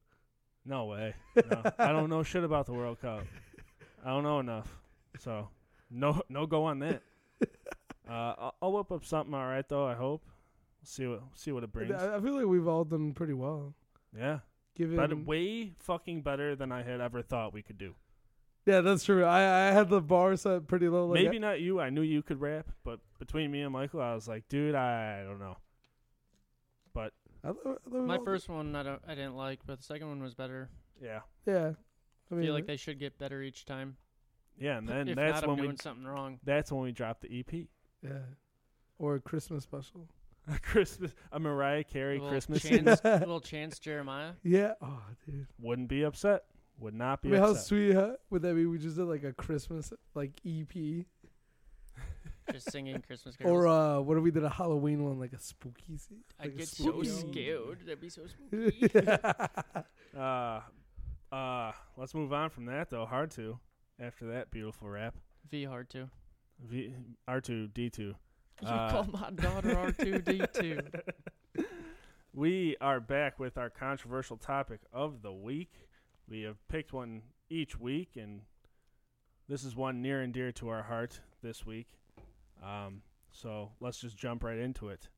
Speaker 1: No
Speaker 3: [laughs]
Speaker 1: way. No. I don't know shit about the World Cup. I don't know enough. So, no, no go on
Speaker 3: [laughs]
Speaker 1: that. Uh, I'll, I'll whip up something all right though. I hope. see what see what it brings.
Speaker 3: I I feel like we've all done pretty well.
Speaker 1: Yeah,
Speaker 3: Given,
Speaker 1: but way fucking better than I had ever thought we could do.
Speaker 3: yeah, that's true. I, I had the bar set pretty low. Like
Speaker 1: Maybe not you. I knew you could rap, but between me and Michael, I was like, dude, I don't know.
Speaker 3: I, I thought- I thought we
Speaker 2: My
Speaker 3: all-
Speaker 2: first one I don't I didn't like, but the second one was better.
Speaker 1: Yeah,
Speaker 3: Yeah, I
Speaker 2: I
Speaker 3: mean,
Speaker 2: feel like they should get better each time.
Speaker 1: yeah,
Speaker 2: [laughs]
Speaker 1: and then
Speaker 2: if
Speaker 1: that's
Speaker 2: not, I'm
Speaker 1: when we
Speaker 2: doing something wrong.
Speaker 1: that's when we dropped the E EP.
Speaker 3: yeah, or a Christmas special.
Speaker 1: [laughs] A Christmas, a Mariah Carey
Speaker 2: Little
Speaker 1: Christmas
Speaker 2: Chance,
Speaker 1: [laughs] Eve.
Speaker 2: little Chance Jeremiah.
Speaker 3: Yeah. Oh, dude.
Speaker 1: wouldn't be upset. Would not
Speaker 3: I
Speaker 1: be
Speaker 3: mean, how
Speaker 1: upset.
Speaker 3: sweet huh, would that be? We just did like a Christmas like E EP,
Speaker 2: just singing Christmas carols.
Speaker 3: or uh, what if we did a Halloween one, like a spooky? se-
Speaker 2: I
Speaker 3: like a
Speaker 2: get
Speaker 3: spooky-
Speaker 2: so
Speaker 3: [laughs]
Speaker 2: scared. That'd be so spooky.
Speaker 3: yeah,
Speaker 1: Uh, uh, let's move on from that though. Hard to after that beautiful rap.
Speaker 2: V hard to.
Speaker 1: V R two D two.
Speaker 2: You
Speaker 1: Uh,
Speaker 2: call my daughter R two D
Speaker 1: [laughs]
Speaker 2: two.
Speaker 1: We are back with our controversial topic of the week. We have picked one each week, and this is one near and dear to our heart this week. Um, so let's just jump right into it.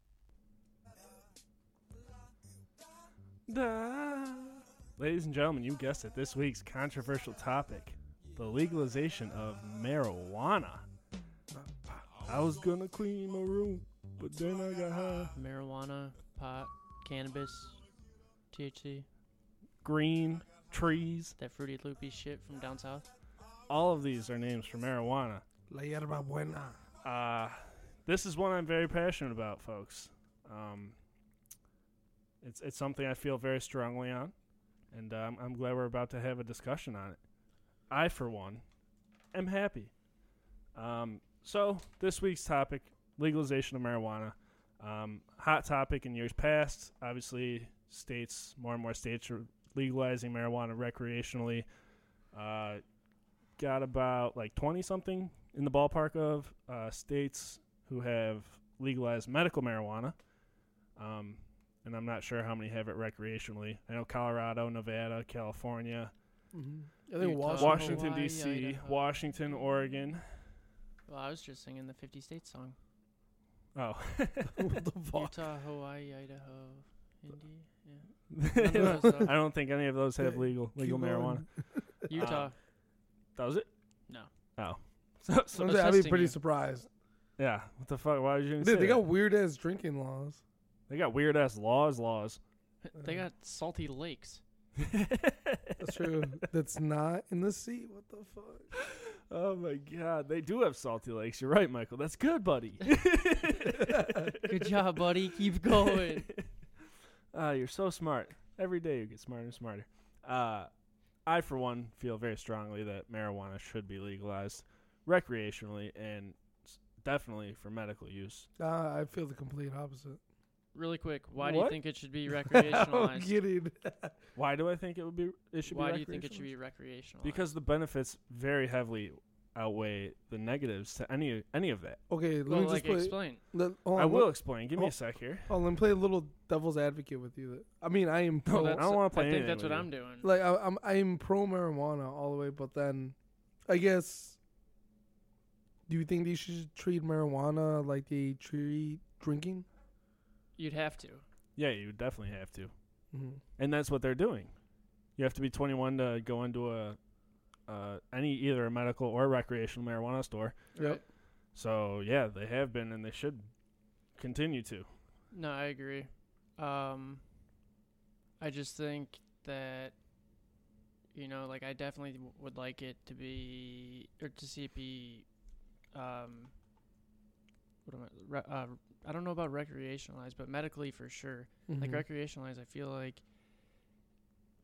Speaker 1: Ladies and gentlemen, you guessed it. This week's controversial topic the legalization of marijuana. I was gonna clean my room, but then I got
Speaker 3: uh,
Speaker 1: high.
Speaker 2: Marijuana, pot, cannabis, THC,
Speaker 1: Green, trees,
Speaker 2: that fruity loopy shit from down south.
Speaker 1: all of these are names for marijuana.
Speaker 3: La yerba buena.
Speaker 1: Uh, this is one I'm very passionate about, folks. Um, it's it's something I feel very strongly on, and um, I'm glad we're about to have a discussion on it. I, for one, am happy. Um, so this week's topic: legalization of marijuana. Um, hot topic in years past. Obviously, states more and more states are legalizing marijuana recreationally. Uh, got about like 20 something in the ballpark of uh, states who have legalized medical marijuana. Um, and I'm not sure how many have it recreationally. I know Colorado, Nevada, California,
Speaker 3: I think
Speaker 2: Utah.
Speaker 3: Washington.
Speaker 1: Mm-hmm. Washington,
Speaker 2: Hawaii,
Speaker 1: D.C.,
Speaker 2: Idaho.
Speaker 1: Washington, Oregon.
Speaker 2: Well, I was just singing the 50 state song.
Speaker 1: Oh.
Speaker 3: what [laughs] the fuck?
Speaker 2: Utah, Hawaii, Idaho, India. Yeah.
Speaker 1: [laughs] I
Speaker 2: None of those,
Speaker 1: [laughs]
Speaker 2: though.
Speaker 1: don't think any of those have
Speaker 3: Yeah,
Speaker 1: legal legal
Speaker 3: Keep
Speaker 1: marijuana.
Speaker 3: going.
Speaker 1: Um.
Speaker 2: Utah.
Speaker 1: Does it?
Speaker 2: No.
Speaker 1: Oh. [laughs] So, so
Speaker 3: Honestly, I'd be
Speaker 2: testing
Speaker 3: pretty
Speaker 2: you.
Speaker 3: surprised.
Speaker 1: yeah. What the fuck? Why would you even
Speaker 3: Dude,
Speaker 1: say
Speaker 3: they
Speaker 1: that?
Speaker 3: got weird ass drinking laws.
Speaker 1: they got weird ass laws laws. [laughs]
Speaker 2: They got salty lakes.
Speaker 3: That's true. That's not in the sea. What the fuck?
Speaker 1: Oh my god, they do have salty lakes. You're right, Michael. That's good,
Speaker 2: [laughs]
Speaker 1: buddy.
Speaker 2: Good job, buddy. Keep going.
Speaker 1: [laughs] Ah, you're so smart. Every day you get smarter and smarter. Uh, I, for one, feel very strongly that marijuana should be legalized recreationally and s- definitely for medical use.
Speaker 3: Nah, I feel the complete
Speaker 2: [laughs]
Speaker 3: opposite.
Speaker 2: Really quick, why do
Speaker 1: What? Oh,
Speaker 2: you think it
Speaker 1: [laughs]
Speaker 2: should be
Speaker 3: [laughs] I'm
Speaker 2: recreationalized?
Speaker 3: kidding.
Speaker 1: Why do I think it would be? It should
Speaker 2: why
Speaker 1: be
Speaker 2: do you think it should be recreational?
Speaker 1: Because the benefits very heavily outweigh the negatives to any any of that.
Speaker 3: Okay, let
Speaker 2: well,
Speaker 3: me just
Speaker 2: like
Speaker 3: play.
Speaker 2: explain.
Speaker 3: let- hold on,
Speaker 1: I
Speaker 3: let-
Speaker 1: will explain. Give me
Speaker 3: oh,
Speaker 1: a sec here.
Speaker 3: Hold on, let me play a little devil's advocate with you. I mean, I am pro.
Speaker 1: No, I
Speaker 2: that's-
Speaker 1: don't want to play
Speaker 2: I think
Speaker 1: anything
Speaker 2: that's
Speaker 1: with
Speaker 2: what
Speaker 1: you.
Speaker 2: I'm doing.
Speaker 3: like I, I'm I'm pro marijuana all the way, but then I guess do you think they should treat marijuana like they treat drinking?
Speaker 2: You'd have to.
Speaker 1: Yeah, you definitely have to.
Speaker 3: Mm-hmm.
Speaker 1: and that's what they're doing. You have to be 21 to go into a uh, any either a medical or recreational marijuana store.
Speaker 3: Yep.
Speaker 2: right?
Speaker 1: So yeah, they have been and they should continue to.
Speaker 2: No, I agree. Um, I just think that you know, like I definitely w- would like it to be or to see it be. Um, what am I? Re- uh, I don't know about recreationalized, but medically for sure.
Speaker 3: Mm-hmm.
Speaker 2: Like recreationalized, I feel like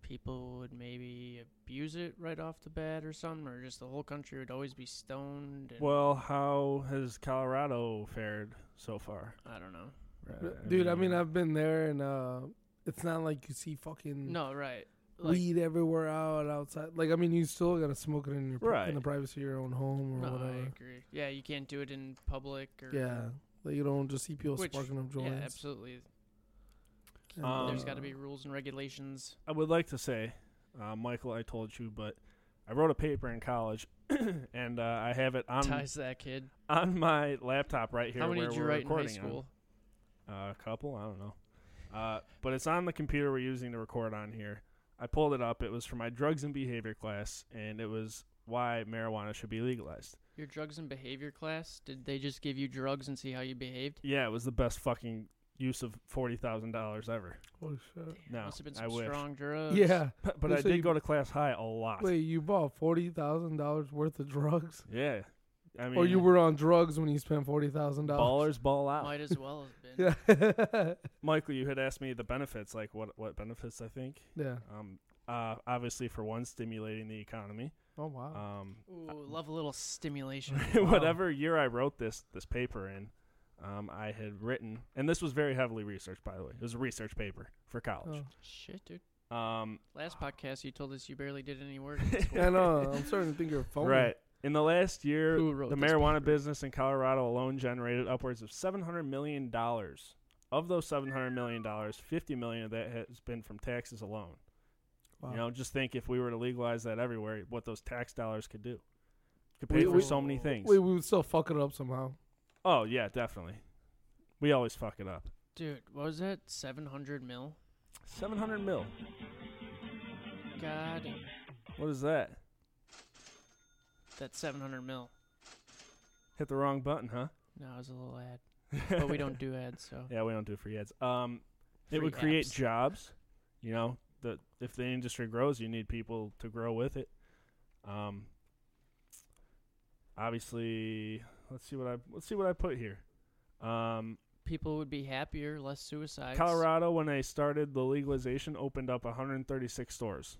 Speaker 2: people would maybe abuse it right off the bat or something, or just the whole country would always be stoned. And
Speaker 1: Well, how has Colorado fared so far?
Speaker 2: I don't know.
Speaker 3: dude. I mean, I've been there, and uh, it's not like you see fucking
Speaker 2: No, right? Like,
Speaker 3: weed everywhere out outside. Like I mean, you still gotta smoke it in your pri-
Speaker 1: Right.
Speaker 3: in the privacy of your own home or
Speaker 2: no, I
Speaker 3: whatever.
Speaker 2: agree. Yeah, you can't do it in public or
Speaker 3: Yeah, like you don't just see people
Speaker 2: Which-
Speaker 3: sparking up
Speaker 2: Yeah,
Speaker 3: joints.
Speaker 2: absolutely.
Speaker 3: And,
Speaker 1: Um,
Speaker 2: There's got to be rules and regulations.
Speaker 1: I would like to say, uh, Michael, I told you, but I wrote a paper in college, [coughs] and uh, I have it on
Speaker 2: Ties that kid.
Speaker 1: on my laptop right here.
Speaker 2: How many
Speaker 1: where
Speaker 2: did you
Speaker 1: we're
Speaker 2: write in high
Speaker 1: recording on.
Speaker 2: school?
Speaker 1: Uh, a couple, I don't know. Uh, but it's on the computer we're using to record on here. I pulled it up. It was for my drugs and behavior class, and it was why marijuana should be legalized.
Speaker 2: Your drugs and behavior class? Did they just give you drugs and see how you behaved?
Speaker 1: Yeah, it was the best fucking use of forty thousand dollars ever. [laughs]
Speaker 3: oh, shit.
Speaker 1: No,
Speaker 2: Must have been
Speaker 1: I
Speaker 2: some
Speaker 1: wish.
Speaker 2: strong drugs.
Speaker 3: Yeah.
Speaker 1: But, but I
Speaker 3: So
Speaker 1: did
Speaker 3: you-
Speaker 1: go to class high a lot.
Speaker 3: Wait, you bought forty thousand dollars worth of drugs,
Speaker 1: Yeah, I mean,
Speaker 3: or Oh, you were on drugs when you spent forty thousand dollars?
Speaker 1: ballers ball out.
Speaker 2: Might as well have been.
Speaker 3: [laughs] Yeah. yeah.
Speaker 1: Michael, you had asked me the benefits, like what what benefits I think.
Speaker 3: [laughs]
Speaker 1: Um, uh, obviously for one, stimulating the economy.
Speaker 3: Oh wow.
Speaker 1: Um,
Speaker 2: Ooh, love a
Speaker 1: [laughs]
Speaker 2: little stimulation.
Speaker 1: whatever year I wrote this this paper in, um, I had written, and this was very heavily researched, by the way. It was a research paper for college.
Speaker 3: Oh.
Speaker 2: Shit, dude.
Speaker 1: Um,
Speaker 2: [laughs] Last podcast, you told us you barely did any
Speaker 1: [laughs]
Speaker 2: work.
Speaker 3: I know. I'm starting to think you're phony.
Speaker 1: right. In the last year,
Speaker 2: Who wrote
Speaker 1: the
Speaker 2: this
Speaker 1: marijuana
Speaker 2: paper?
Speaker 1: business in Colorado alone generated upwards of seven hundred million dollars. Of those seven hundred million dollars, fifty million of that has been from taxes alone.
Speaker 3: Wow.
Speaker 1: You know, just think if we were to legalize that everywhere, what those tax dollars could do. Could pay
Speaker 3: We-
Speaker 1: for
Speaker 3: we-
Speaker 1: so many things.
Speaker 3: Wait, we would still fuck it up somehow.
Speaker 1: oh yeah, definitely. We always fuck it up.
Speaker 2: Dude, what was that? 700 mil?
Speaker 1: Seven hundred mil.
Speaker 2: God,
Speaker 1: What is that?
Speaker 2: that's 700 mil.
Speaker 1: Hit the wrong button, huh?
Speaker 2: No, it was a little ad. But
Speaker 1: [laughs]
Speaker 2: we don't do ads, so.
Speaker 1: yeah, we don't do free ads. Um, it
Speaker 2: Free
Speaker 1: would create
Speaker 2: apps.
Speaker 1: jobs. You know, the if the industry grows, you need people to grow with it. Um, obviously, let's see what I let's see what I put here. Um,
Speaker 2: People would be happier, less suicides.
Speaker 1: Colorado, when they started the legalization, opened up 136 stores.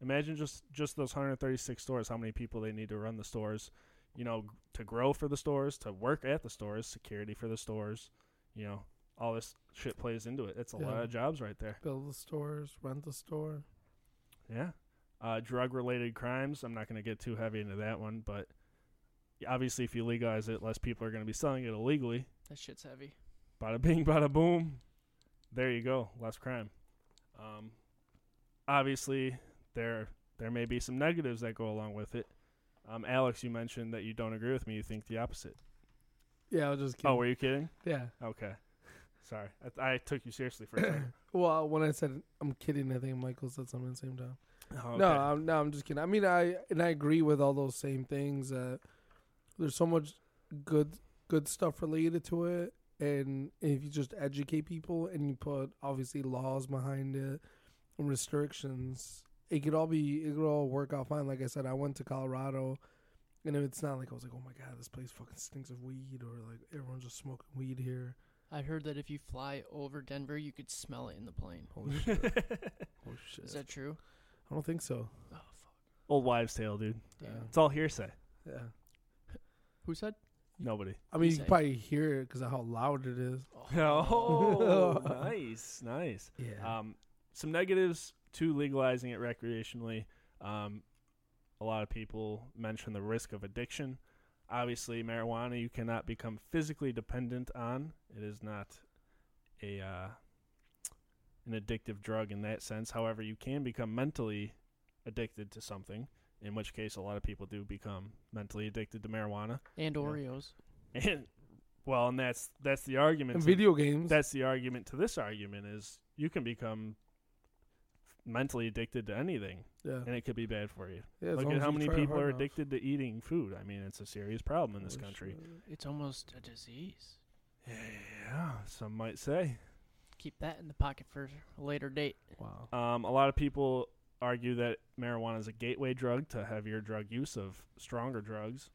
Speaker 1: Imagine just just those 136 stores. How many people they need to run the stores? You know, g- to grow for the stores, to work at the stores, security for the stores. You know, all this shit plays into it. It's a lot
Speaker 3: Yeah.
Speaker 1: of jobs right there.
Speaker 3: Build the stores, rent the store.
Speaker 1: Yeah. Uh, drug related crimes. I'm not going to get too heavy into that one, but obviously, if you legalize it, less people are going to be selling it illegally.
Speaker 2: That shit's heavy.
Speaker 1: Bada bing, bada boom. There you go. Less crime. Um, obviously, there there may be some negatives that go along with it. Um, Alex, you mentioned that you don't agree with me. You think the opposite.
Speaker 3: Yeah, I was just
Speaker 1: Oh,
Speaker 3: kidding.
Speaker 1: were you kidding?
Speaker 3: yeah.
Speaker 1: Okay. Sorry. I, th- I took you seriously for a second.
Speaker 3: Well, when I said I'm kidding, I think Michael said something at the same time.
Speaker 1: Oh, okay.
Speaker 3: No,
Speaker 1: [laughs]
Speaker 3: I'm, no, I'm just kidding. I mean, I and I agree with all those same things. Uh, there's so much good good stuff related to it, and if you just educate people and you put obviously laws behind it and restrictions, it could all be it could all work out fine. Like I said, I went to Colorado, and it's not like I was like, oh my god, this place fucking stinks of weed, or like everyone's just smoking weed here.
Speaker 2: I heard that if you fly over Denver, you could smell it in the plane.
Speaker 3: Holy shit! Holy shit!
Speaker 2: Is that true?
Speaker 3: I don't think so.
Speaker 2: Oh, fuck.
Speaker 1: Old wives' tale, dude.
Speaker 2: Damn.
Speaker 1: It's all hearsay.
Speaker 3: Yeah.
Speaker 2: Who said?
Speaker 1: Nobody.
Speaker 3: I mean,
Speaker 2: He's
Speaker 3: you can
Speaker 2: like-
Speaker 3: probably hear it because of how loud it is.
Speaker 1: Oh, nice, nice.
Speaker 3: [laughs] Yeah.
Speaker 1: Um, some negatives to legalizing it recreationally. Um, a lot of people mention the risk of addiction. Obviously, marijuana you cannot become physically dependent on. It is not a uh, an addictive drug in that sense. However, you can become mentally addicted to something. In which case, a lot of people do become mentally addicted to marijuana. [laughs]
Speaker 2: And
Speaker 1: Yeah.
Speaker 2: Oreos.
Speaker 1: And well, and that's that's the argument.
Speaker 3: and
Speaker 1: to
Speaker 3: video games.
Speaker 1: that's the argument to this argument is you can become mentally addicted to anything
Speaker 3: yeah.
Speaker 1: and it could be bad for you
Speaker 3: yeah as
Speaker 1: look
Speaker 3: long
Speaker 1: at
Speaker 3: as
Speaker 1: how
Speaker 3: you
Speaker 1: many
Speaker 3: try
Speaker 1: people
Speaker 3: hard
Speaker 1: are
Speaker 3: enough.
Speaker 1: addicted to eating food i mean it's a serious problem in this
Speaker 3: Holy
Speaker 1: country
Speaker 3: shit.
Speaker 2: It's almost a disease.
Speaker 1: yeah some might say
Speaker 2: Keep that in the pocket for a later date.
Speaker 3: Wow.
Speaker 1: um, a lot of people argue that marijuana is a gateway drug to heavier drug use of stronger drugs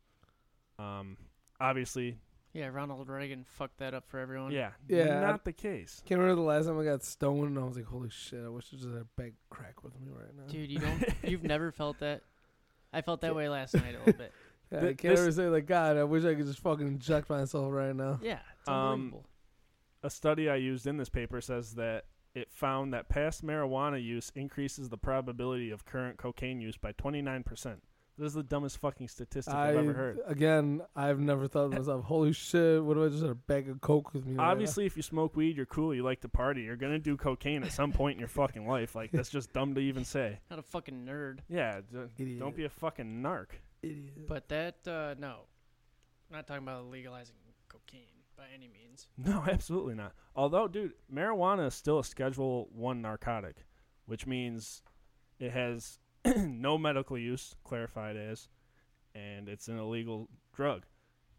Speaker 1: um, obviously
Speaker 2: Yeah, Ronald Reagan fucked that up for everyone.
Speaker 1: yeah
Speaker 3: Yeah, I-
Speaker 1: not the case
Speaker 3: Can't remember the last time I got stoned and I was like, holy shit, I wish I just had a bag of crack with me right now.
Speaker 2: Dude,
Speaker 1: [laughs]
Speaker 2: you don't you've never felt that. I felt that way last night a
Speaker 1: [laughs]
Speaker 2: little bit.
Speaker 3: yeah, I
Speaker 1: thi-
Speaker 3: can't
Speaker 1: this-
Speaker 3: ever say, like, God, I wish I could just fucking inject myself right now.
Speaker 2: Yeah, it's
Speaker 1: Um,
Speaker 2: unbelievable.
Speaker 1: a study I used in this paper says that it found that past marijuana use increases the probability of current cocaine use by 29%. This is the dumbest fucking statistic
Speaker 3: I,
Speaker 1: I've ever heard.
Speaker 3: Again, I've never thought to myself, holy shit, what if I just had a bag of coke with me? right now?"
Speaker 1: Obviously, if you smoke weed, you're cool. You like to party. You're gonna do cocaine at some point in your fucking life. Like that's just dumb to even say.
Speaker 2: Not a fucking nerd.
Speaker 1: Yeah, d-
Speaker 3: Idiot.
Speaker 1: don't be a fucking narc.
Speaker 3: idiot.
Speaker 2: But that, uh, no. I'm not talking about legalizing cocaine by any means.
Speaker 1: [laughs] No, absolutely not. Although, dude, marijuana is still a Schedule One narcotic, which means it has [clears throat] no medical use, clarified as, and it's an illegal drug.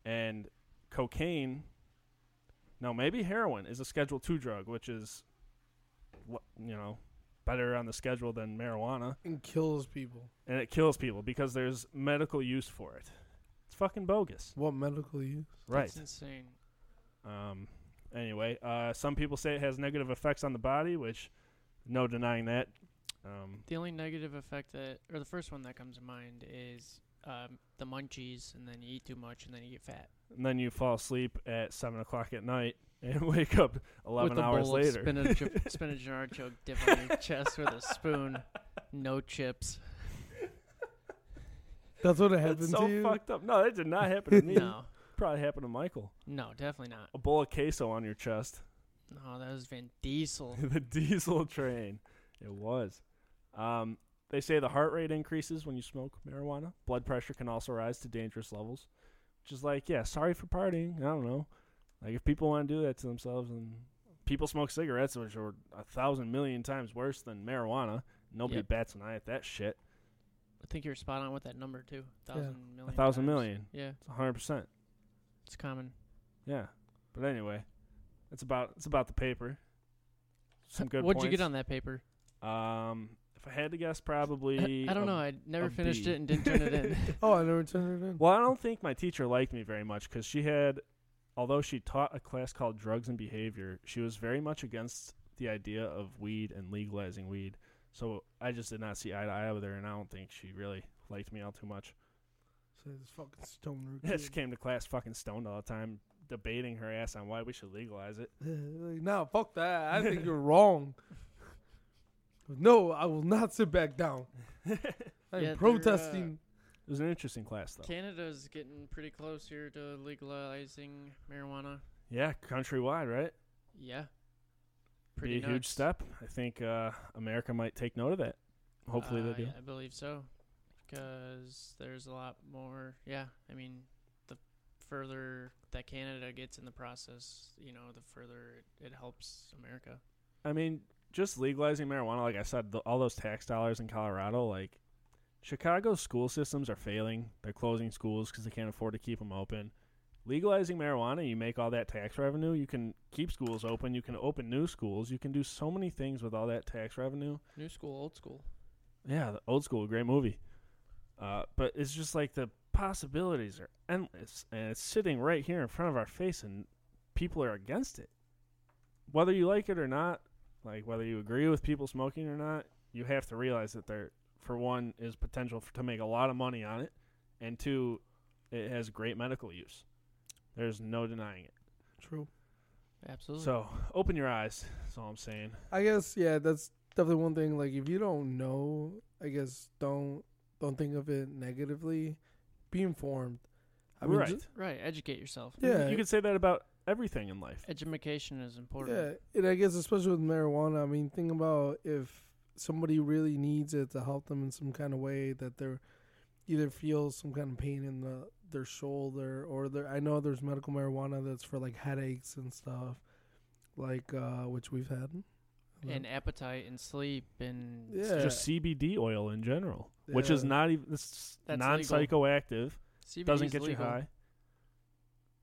Speaker 1: And cocaine, no, maybe heroin is a Schedule Two drug, which is, wh- you know, better on the schedule than marijuana,
Speaker 3: and kills people.
Speaker 1: and it kills people because there's medical use for it. It's fucking bogus,
Speaker 3: What medical use?
Speaker 1: right?
Speaker 2: It's insane.
Speaker 1: Um, anyway, uh, some people say it has negative effects on the body, which no denying that. Um,
Speaker 2: The only negative effect that, or the first one that comes to mind is um, the munchies, and then you eat too much, and then you get fat.
Speaker 1: and then you fall asleep at seven o'clock at night [laughs] and wake up eleven
Speaker 2: with a
Speaker 1: hours
Speaker 2: bowl
Speaker 1: later. [laughs]
Speaker 2: Of spinach, spinach and artichoke dip on your chest with a spoon. No chips.
Speaker 3: That's what
Speaker 1: That's
Speaker 3: happened
Speaker 1: so
Speaker 3: to you.
Speaker 1: fucked up. No, that did not
Speaker 2: [laughs]
Speaker 1: happen to me.
Speaker 2: No.
Speaker 1: Probably happened to Michael.
Speaker 2: No, definitely not.
Speaker 1: A bowl of queso on your chest.
Speaker 2: No, that was Van Diesel.
Speaker 1: [laughs] the diesel train. It was. Um, they say the heart rate increases when you smoke marijuana. Blood pressure can also rise to dangerous levels, which is like, yeah, sorry for partying. I don't know. Like if people want to do that to themselves, and people smoke cigarettes, which are a thousand million times worse than marijuana. Nobody
Speaker 2: Yep.
Speaker 1: bats an eye at that shit.
Speaker 2: I think you're spot on with that number too.
Speaker 3: Yeah.
Speaker 2: Thousand million
Speaker 1: A thousand
Speaker 2: times.
Speaker 1: million.
Speaker 2: Yeah,
Speaker 1: It's a hundred percent.
Speaker 2: it's common.
Speaker 1: Yeah. But anyway, it's about it's about the paper. Some good.
Speaker 2: What'd you
Speaker 1: points.
Speaker 2: get on that paper?
Speaker 1: Um, if I had to guess,
Speaker 2: I,
Speaker 1: probably
Speaker 2: [coughs] I don't
Speaker 1: a
Speaker 2: know. I never
Speaker 1: a
Speaker 2: finished
Speaker 1: B.
Speaker 2: it and didn't turn
Speaker 1: [laughs]
Speaker 2: it in.
Speaker 3: Oh, I never turned it in.
Speaker 1: Well, I don't think my teacher liked me very much because she had, although she taught a class called Drugs and Behavior, she was very much against the idea of weed and legalizing weed. So I just did not see eye to eye with her, and I don't think she really liked me all too much. [laughs]
Speaker 3: So this fucking stoner
Speaker 1: I
Speaker 3: kid.
Speaker 2: Hmm.
Speaker 1: just came to class fucking stoned all the time, debating her ass on why we should legalize it. [laughs]
Speaker 3: like, no, fuck that. I think you're wrong. [laughs] No, I will not sit back down. I'm
Speaker 2: Yeah, they're, uh,
Speaker 3: protesting.
Speaker 1: It was an interesting class, though.
Speaker 2: Canada's getting pretty close here to legalizing marijuana.
Speaker 1: Yeah, countrywide, right?
Speaker 2: Yeah,
Speaker 1: Be a huge
Speaker 2: nuts.
Speaker 1: step. I think uh, America might take note of that. Hopefully
Speaker 2: Uh,
Speaker 1: they do.
Speaker 2: I believe so, because there's a lot more. Yeah, I mean, the further that Canada gets in the process, you know, the further it, it helps America.
Speaker 1: I mean, just legalizing marijuana, like I said, the, all those tax dollars in Colorado, like Chicago's school systems are failing. They're closing schools because they can't afford to keep them open. Legalizing marijuana, you make all that tax revenue. You can keep schools open. You can open new schools. You can do so many things with all that tax revenue.
Speaker 2: New school, old school.
Speaker 1: Yeah, the old school, great movie. Uh, but it's just like the possibilities are endless, and it's sitting right here in front of our face, and people are against it. Whether you like it or not, like whether you agree with people smoking or not, you have to realize that there, for one, is potential for, to make a lot of money on it, and two, it has great medical use. There's no denying it.
Speaker 3: True.
Speaker 2: Absolutely.
Speaker 1: So open your eyes. That's all I'm saying.
Speaker 3: I guess yeah, that's definitely one thing. Like if you don't know, I guess don't don't think of it negatively. Be informed. I mean,
Speaker 1: right.
Speaker 3: ju-
Speaker 2: right, educate yourself.
Speaker 3: yeah,
Speaker 1: You could say that about everything in life.
Speaker 2: Education is important.
Speaker 3: yeah, and I guess especially with marijuana. I mean, think about if somebody really needs it to help them in some kind of way that they're either feels some kind of pain in the their shoulder or their. I know there's medical marijuana that's for like headaches and stuff, like uh which we've had.
Speaker 2: and appetite and sleep and
Speaker 3: Yeah.
Speaker 1: It's just CBD oil in general, which is
Speaker 3: Yeah.
Speaker 1: not even it's
Speaker 2: That's
Speaker 1: non psychoactive.
Speaker 2: CBD
Speaker 1: Doesn't
Speaker 2: is
Speaker 1: get you
Speaker 2: legal.
Speaker 1: high.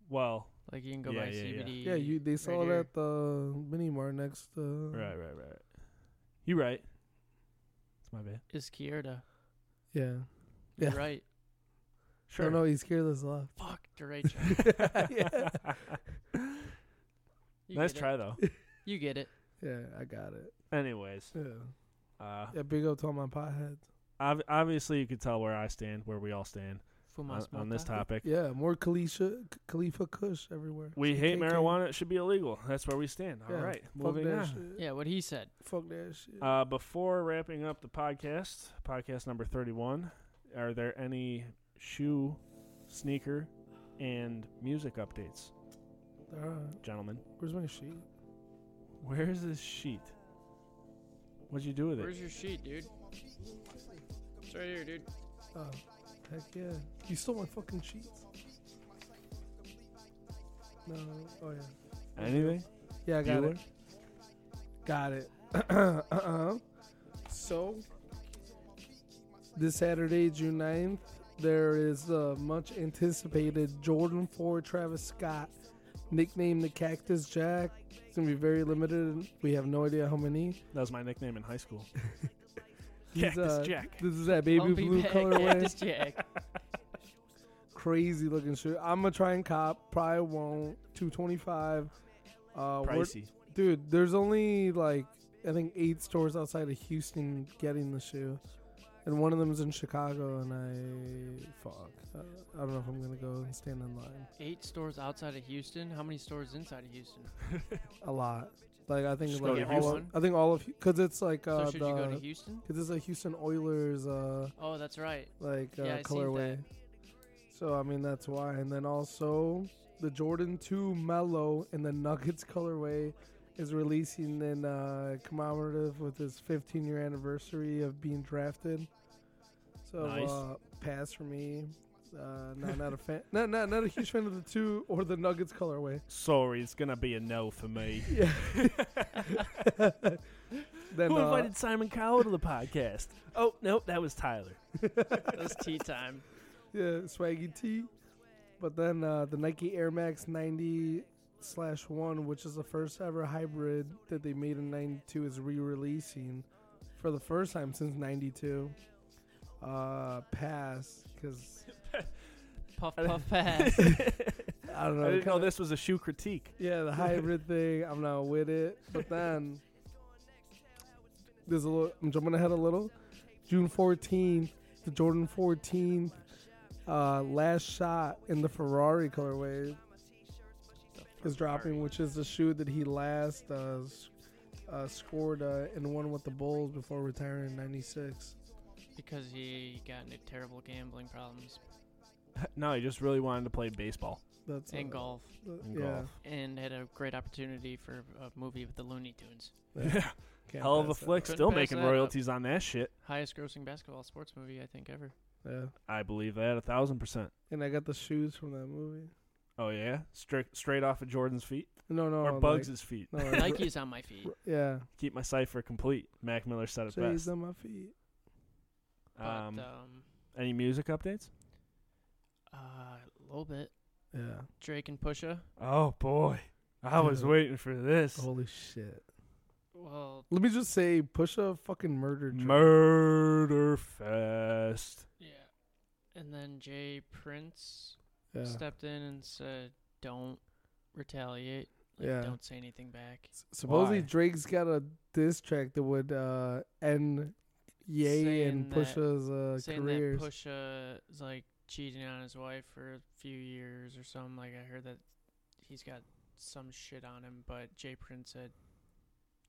Speaker 1: Well,
Speaker 2: Like you can go
Speaker 1: Yeah,
Speaker 2: buy
Speaker 1: yeah, yeah.
Speaker 2: CBD.
Speaker 3: Yeah, you they
Speaker 2: right
Speaker 3: sell it
Speaker 2: here.
Speaker 3: at the mini mart next to
Speaker 1: right, right, right. You right. It's my bad.
Speaker 2: Is Kierda.
Speaker 3: Yeah.
Speaker 2: You're
Speaker 3: Yeah.
Speaker 2: right.
Speaker 1: Sure.
Speaker 3: No, no, he's scared us left.
Speaker 2: Fuck,
Speaker 1: [laughs]
Speaker 2: derecho.
Speaker 3: [laughs] yeah.
Speaker 2: You
Speaker 1: nice
Speaker 2: get it.
Speaker 1: try though.
Speaker 2: You get it.
Speaker 3: yeah, I got it.
Speaker 1: Anyways,
Speaker 3: Yeah.
Speaker 1: uh,
Speaker 3: Yeah, big up to all my potheads.
Speaker 1: ob- obviously you could tell where I stand, where we all stand on,
Speaker 2: Fumas
Speaker 1: on this
Speaker 2: mota.
Speaker 1: topic.
Speaker 3: Yeah, more Khalifa Khalifa Kush everywhere.
Speaker 1: We hate
Speaker 3: KK.
Speaker 1: marijuana; it should be illegal. That's where we stand.
Speaker 3: Yeah,
Speaker 1: All right,
Speaker 3: fuck
Speaker 1: moving
Speaker 3: that
Speaker 1: on.
Speaker 3: shit.
Speaker 2: Yeah, what he said.
Speaker 3: Fuck that shit.
Speaker 1: Uh, before wrapping up the podcast, podcast number 31, are there any shoe, sneaker, and music updates,
Speaker 3: All right.
Speaker 1: gentlemen?
Speaker 3: Where's my sheet?
Speaker 1: Where's this sheet? What'd you do with it?
Speaker 2: Where's your sheet, dude? It's right here, dude.
Speaker 3: Oh, heck yeah. You stole my fucking sheets. No. Oh, yeah.
Speaker 1: Anything?
Speaker 3: Yeah, I got
Speaker 1: Bueller?
Speaker 3: it. Got it. [clears throat] uh-uh. So, this Saturday, June 9th, there is the much anticipated Jordan 4 Travis Scott, nicknamed the Cactus Jack. It's going to be very limited. We have no idea how many.
Speaker 1: That was my nickname in high
Speaker 2: [laughs]
Speaker 1: school. [laughs]
Speaker 3: He's,
Speaker 1: Cactus
Speaker 3: uh,
Speaker 1: Jack.
Speaker 3: This is that baby
Speaker 2: Lumpy
Speaker 3: blue
Speaker 2: bag [laughs]
Speaker 3: colorway.
Speaker 2: cactus jack.
Speaker 3: Crazy looking shoe. I'm going to try and cop. Probably won't. 225 uh, we're-
Speaker 1: Pricey.
Speaker 3: Dude, there's only like I think eight stores outside of Houston getting the shoe, and one of them's in Chicago. And I fuck, uh, I don't know if I'm gonna go and stand in line
Speaker 2: Eight stores outside of Houston. How many stores inside of Houston?
Speaker 3: a lot. Like I think
Speaker 1: Just go
Speaker 3: like
Speaker 1: to
Speaker 3: all of,
Speaker 2: Houston?
Speaker 3: I think all of because it's like uh,
Speaker 2: so should
Speaker 3: the,
Speaker 2: you go to Houston?
Speaker 3: cause it's a Houston Oilers uh
Speaker 2: Oh, that's right.
Speaker 3: like uh,
Speaker 2: Yeah, I seen
Speaker 3: colorway. So I mean that's why, and then also the Jordan Two Mellow in the Nuggets colorway is releasing in uh, commemorative with his 15 year anniversary of being drafted. So
Speaker 1: Nice.
Speaker 3: uh, pass for me. Uh, not not a fan. [laughs] Not, not not a huge fan of the two or the Nuggets colorway. [laughs]
Speaker 1: Sorry, it's gonna be a no for me. [laughs]
Speaker 3: Yeah. then
Speaker 1: Who
Speaker 3: uh,
Speaker 1: invited Simon Cowell to the podcast? Oh nope, that was Tyler.
Speaker 2: [laughs] That's tea time.
Speaker 3: yeah, swaggy T. But then uh, the Nike Air Max 90 slash 1, which is the first ever hybrid that they made in 92, is re releasing for the first time since 92. Uh, pass, because
Speaker 2: Puff puff pass.
Speaker 1: [laughs]
Speaker 3: I don't know.
Speaker 1: I didn't
Speaker 3: kinda-
Speaker 1: know this was a shoe critique. [laughs]
Speaker 3: Yeah, the hybrid thing. I'm not with it. But then there's a little. I'm jumping ahead a little. June 14th, the Jordan 14th uh, last shot in the Ferrari colorway is dropping, which is the shoe that he last uh, s- uh, scored uh, and won with the Bulls before retiring in '96.
Speaker 2: because he got into terrible gambling problems
Speaker 1: No, he just really wanted to play baseball
Speaker 3: That's
Speaker 2: and
Speaker 3: uh,
Speaker 2: golf,
Speaker 3: uh,
Speaker 1: and
Speaker 3: yeah,
Speaker 1: golf.
Speaker 2: and had a great opportunity for a movie with the Looney Tunes.
Speaker 1: Yeah.
Speaker 3: can't
Speaker 1: Hell of a
Speaker 3: pass that.
Speaker 1: flick.
Speaker 2: Couldn't
Speaker 1: Still
Speaker 2: pass
Speaker 1: making
Speaker 2: that up.
Speaker 1: royalties on that shit.
Speaker 2: Highest grossing basketball sports movie I think
Speaker 1: [laughs]
Speaker 2: ever.
Speaker 3: Yeah,
Speaker 1: I believe that a thousand percent.
Speaker 3: and I got the shoes from that movie.
Speaker 1: Oh yeah, straight straight off of Jordan's feet
Speaker 3: No, no,
Speaker 1: or Bugs' feet. [laughs]
Speaker 3: Oh, Like, no, like,
Speaker 2: Nike's on my feet.
Speaker 3: yeah,
Speaker 1: Keep my cipher complete. Mac Miller said it
Speaker 3: J's
Speaker 1: best.
Speaker 3: on my feet.
Speaker 2: But
Speaker 1: Um,
Speaker 2: um,
Speaker 1: Any music updates?
Speaker 2: uh, a little bit.
Speaker 3: Yeah.
Speaker 2: Drake and Pusha.
Speaker 1: Oh boy, I was
Speaker 3: [laughs] Dude.
Speaker 1: waiting for this.
Speaker 3: Holy shit.
Speaker 2: Well,
Speaker 3: Let me just say, Pusha fucking murdered. Drake.
Speaker 1: Murder fest.
Speaker 2: yeah. And then Jay Prince
Speaker 3: yeah.
Speaker 2: stepped in and said, "Don't retaliate. Like,
Speaker 3: Yeah.
Speaker 2: Don't say anything back."
Speaker 3: S- Supposedly
Speaker 1: Why?
Speaker 3: Drake's got a diss track that would uh, end Ye and
Speaker 2: Saying
Speaker 3: Pusha's uh,
Speaker 2: saying
Speaker 3: careers.
Speaker 2: that Pusha is like cheating on his wife for a few years or something. Like I heard that he's got some shit on him, but Jay Prince said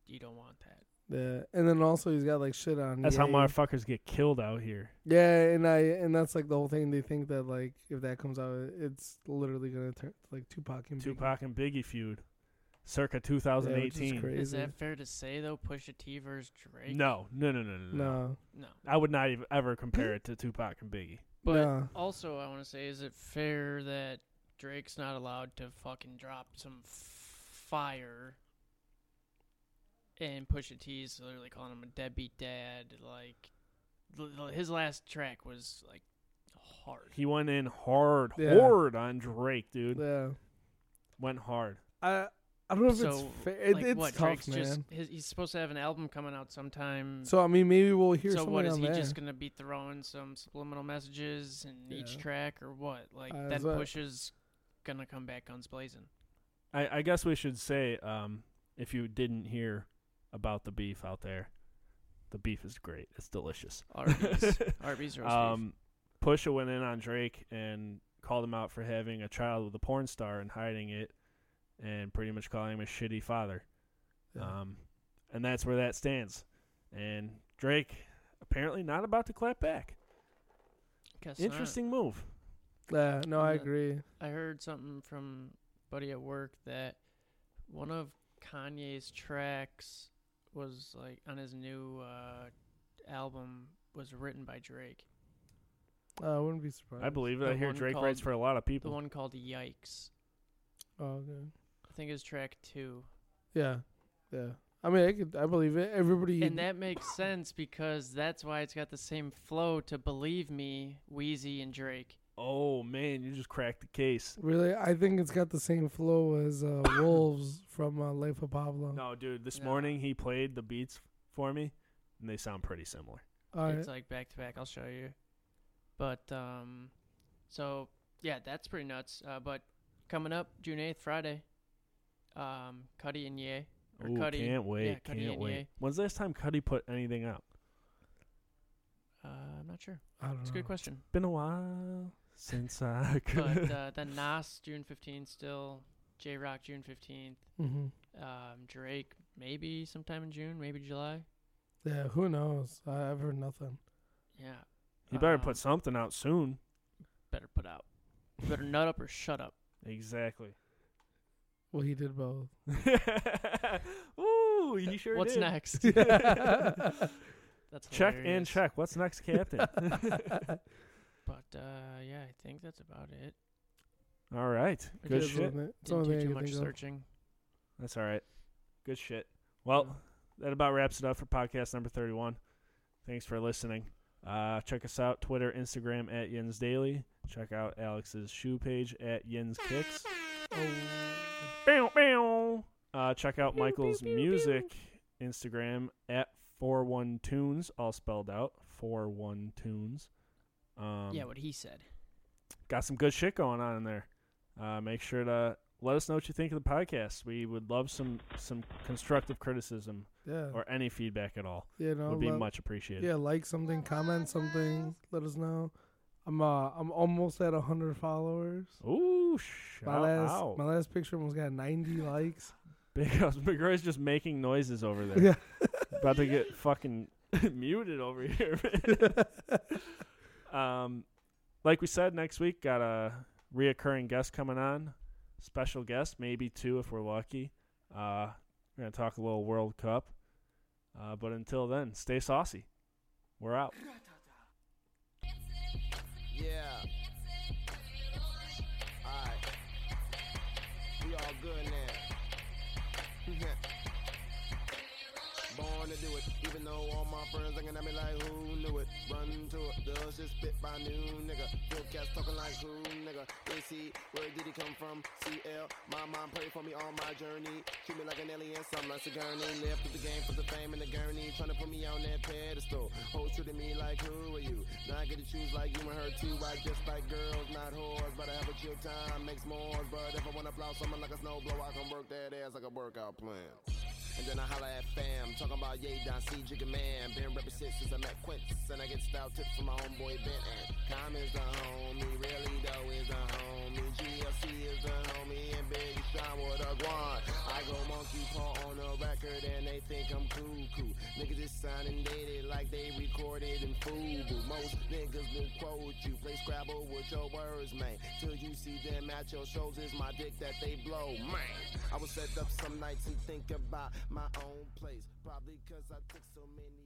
Speaker 2: you don't want that.
Speaker 3: yeah. And then also he's got like shit on.
Speaker 1: That's how
Speaker 3: Ye.
Speaker 1: motherfuckers get killed out here.
Speaker 3: Yeah, and I and that's like the whole thing. They think that like if that comes out, it's literally gonna turn like Tupac and Biggie.
Speaker 1: Tupac and Biggie feud, circa
Speaker 3: Yeah, which is
Speaker 1: 2018.
Speaker 3: crazy.
Speaker 2: Is that fair to say though? Pusha T versus Drake?
Speaker 1: no, no, no, no, no, no.
Speaker 3: No,
Speaker 2: no.
Speaker 1: I would not even ever compare it to Tupac and Biggie.
Speaker 2: But
Speaker 3: no.
Speaker 2: also, I want to say, is it fair that Drake's not allowed to fucking drop some f- fire? And Pusha T's literally calling him a deadbeat dad. Like l- l- his last track was like hard.
Speaker 1: He went in hard,
Speaker 3: Yeah.
Speaker 1: hard on Drake, dude.
Speaker 3: yeah.
Speaker 1: Went hard.
Speaker 3: I I don't know if
Speaker 2: so
Speaker 3: it's fair. It,
Speaker 2: like,
Speaker 3: it's
Speaker 2: what,
Speaker 3: tough,
Speaker 2: Drake's
Speaker 3: man.
Speaker 2: just his, he's supposed to have an album coming out sometime.
Speaker 3: so I mean, maybe we'll hear
Speaker 2: So
Speaker 3: something
Speaker 2: what is
Speaker 3: on
Speaker 2: he
Speaker 3: that.
Speaker 2: just gonna be throwing some subliminal messages in each
Speaker 3: Yeah.
Speaker 2: track or what? Like
Speaker 3: Uh,
Speaker 2: that
Speaker 3: is that-
Speaker 2: Pusha's gonna come back guns blazing.
Speaker 3: [laughs]
Speaker 1: I, I guess we should say, um, if you didn't hear about the beef out there, the beef is great. It's delicious. [laughs]
Speaker 2: Arby's, Arby's roast beef.
Speaker 1: Um, Pusha went in on Drake and called him out for having a child with a porn star and hiding it, and pretty much calling him a shitty father.
Speaker 3: Yeah.
Speaker 1: Um, and that's where that stands. And Drake apparently not about to clap back.
Speaker 2: guess not.
Speaker 1: Interesting move.
Speaker 3: Yeah, no, I
Speaker 2: Yeah.
Speaker 3: agree.
Speaker 2: I heard something from a buddy at work that one of Kanye's tracks was like on his new uh, album was written by Drake.
Speaker 3: Uh, I wouldn't be surprised.
Speaker 1: I believe it.
Speaker 2: The
Speaker 1: I hear
Speaker 2: one
Speaker 1: Drake
Speaker 2: called-
Speaker 1: writes for a lot of
Speaker 2: The
Speaker 1: people.
Speaker 2: one called Yikes.
Speaker 3: Oh, okay.
Speaker 2: I think it's track two.
Speaker 3: Yeah, yeah. I mean, I could. I believe it. Everybody.
Speaker 2: And that makes sense because that's why it's got the same flow to Believe Me, Wheezy, and Drake.
Speaker 1: oh man, you just cracked the case.
Speaker 3: really, I think it's got the same flow as
Speaker 1: [coughs]
Speaker 3: uh, Wolves from uh, Life of
Speaker 2: Oh.
Speaker 3: Pablo.
Speaker 1: No, dude, this
Speaker 2: No.
Speaker 1: morning he played the beats for me, and they sound pretty similar.
Speaker 3: All right.
Speaker 2: it's like back to back. I'll show you. But um, so yeah, that's pretty nuts. Uh, but coming up June eighth, Friday, um, Cuddy and Ye or
Speaker 1: Ooh,
Speaker 2: Cuddy.
Speaker 1: can't wait,
Speaker 2: yeah, Cudi
Speaker 1: can't
Speaker 2: and
Speaker 1: wait.
Speaker 2: Ye.
Speaker 1: When's the last time Cuddy put anything out?
Speaker 2: Uh, I'm not sure.
Speaker 3: I don't
Speaker 2: It's a
Speaker 1: Uh.
Speaker 3: know.
Speaker 2: good
Speaker 1: [laughs]
Speaker 2: question.
Speaker 1: Been a while since I [laughs] could.
Speaker 2: But uh, then Nas June fifteenth, still J Rock June fifteenth,
Speaker 3: Mm-hmm.
Speaker 2: um, Drake maybe sometime in June, maybe July.
Speaker 3: Mm-hmm. Yeah. Who knows? I, I've heard nothing.
Speaker 2: Yeah,
Speaker 1: he better
Speaker 2: um,
Speaker 1: put something out soon.
Speaker 2: better put out. You better nut up or shut up.
Speaker 1: Exactly.
Speaker 3: Well, he did
Speaker 2: [laughs]
Speaker 3: both.
Speaker 1: [laughs] Ooh, he sure
Speaker 2: What's
Speaker 1: did.
Speaker 2: next?
Speaker 3: [laughs]
Speaker 2: That's
Speaker 1: [laughs] Check and
Speaker 2: hilarious.
Speaker 1: check. What's next,
Speaker 2: [laughs]
Speaker 1: Captain?
Speaker 2: But uh, yeah, I think that's about it.
Speaker 1: All right.
Speaker 3: It
Speaker 1: Good
Speaker 3: is,
Speaker 1: shit.
Speaker 3: wasn't it? It's the
Speaker 2: Didn't
Speaker 3: only
Speaker 2: do
Speaker 3: thing
Speaker 2: too
Speaker 3: I
Speaker 2: much
Speaker 3: can think of.
Speaker 2: searching.
Speaker 1: That's all right. Good shit. Well, that about wraps it up for podcast number 31. Thanks for listening. Uh, check us out Twitter, Instagram at Yins Daily. Check out Alex's shoe page at Yins Kicks. Bow, bow. Uh, check out Michael's music Instagram at 41 Tunes, all spelled out 41 Tunes. Um,
Speaker 2: yeah, what he said.
Speaker 1: got some good shit going on in there. Uh, make sure to let us know what you think of the podcast. We would love some some constructive criticism
Speaker 3: Yeah.
Speaker 1: or any feedback at all.
Speaker 3: you know,
Speaker 1: would be
Speaker 3: let-
Speaker 1: much appreciated.
Speaker 3: Yeah, like something, comment something, let us know. I'm uh, I'm almost at 100 followers.
Speaker 1: Ooh,
Speaker 2: Oh,
Speaker 1: shout
Speaker 3: My last
Speaker 1: out.
Speaker 3: my last picture almost got 90 likes.
Speaker 1: [laughs] Big House Big Roy's just making noises over there.
Speaker 3: Yeah.
Speaker 1: [laughs] About to get fucking [laughs] muted over here.
Speaker 3: [laughs]
Speaker 1: man. um, like we said, next week got a reoccurring guest coming on, special guest, maybe two if we're lucky. Uh, we're gonna talk a little World Cup. Uh, but until then, stay saucy. We're out.
Speaker 5: Yeah. Alright. We all good now. [laughs] Born to do it, even though all my friends looking at me like who knew it. Run to it, the shit spit by new nigga. Real cats talking like who nigga. They see where did he come from? CL, my mom prayed for me on my journey. Treat me like an alien, something like Sigourney. Left with the game for the fame and the gurney. Trying to put me on that pedestal. Hoes treating me like who are you? Now I get to choose like you and her too. I just like girls, not whores. But I have a chill time, makes more. But if I wanna blow someone like a snowblower, I can work that ass like a workout plan. And then I holla at fam, talking about yay, Don C, Jigga Man. Been represent since I met Quince, and I get style tips from my homeboy Ben. And Calm is the homie, really though is the homie. GFC is the homie, and Big Sean with a guan. I go monkey paw on the record, and they think I'm cuckoo. Niggas is signing dated like they recorded in Fubu. Most niggas will quote you, play Scrabble with your words, man. Till you see them at your shows, it's my dick that they blow, man. I was set up some nights and think about my own place. Probably 'cause I took so many.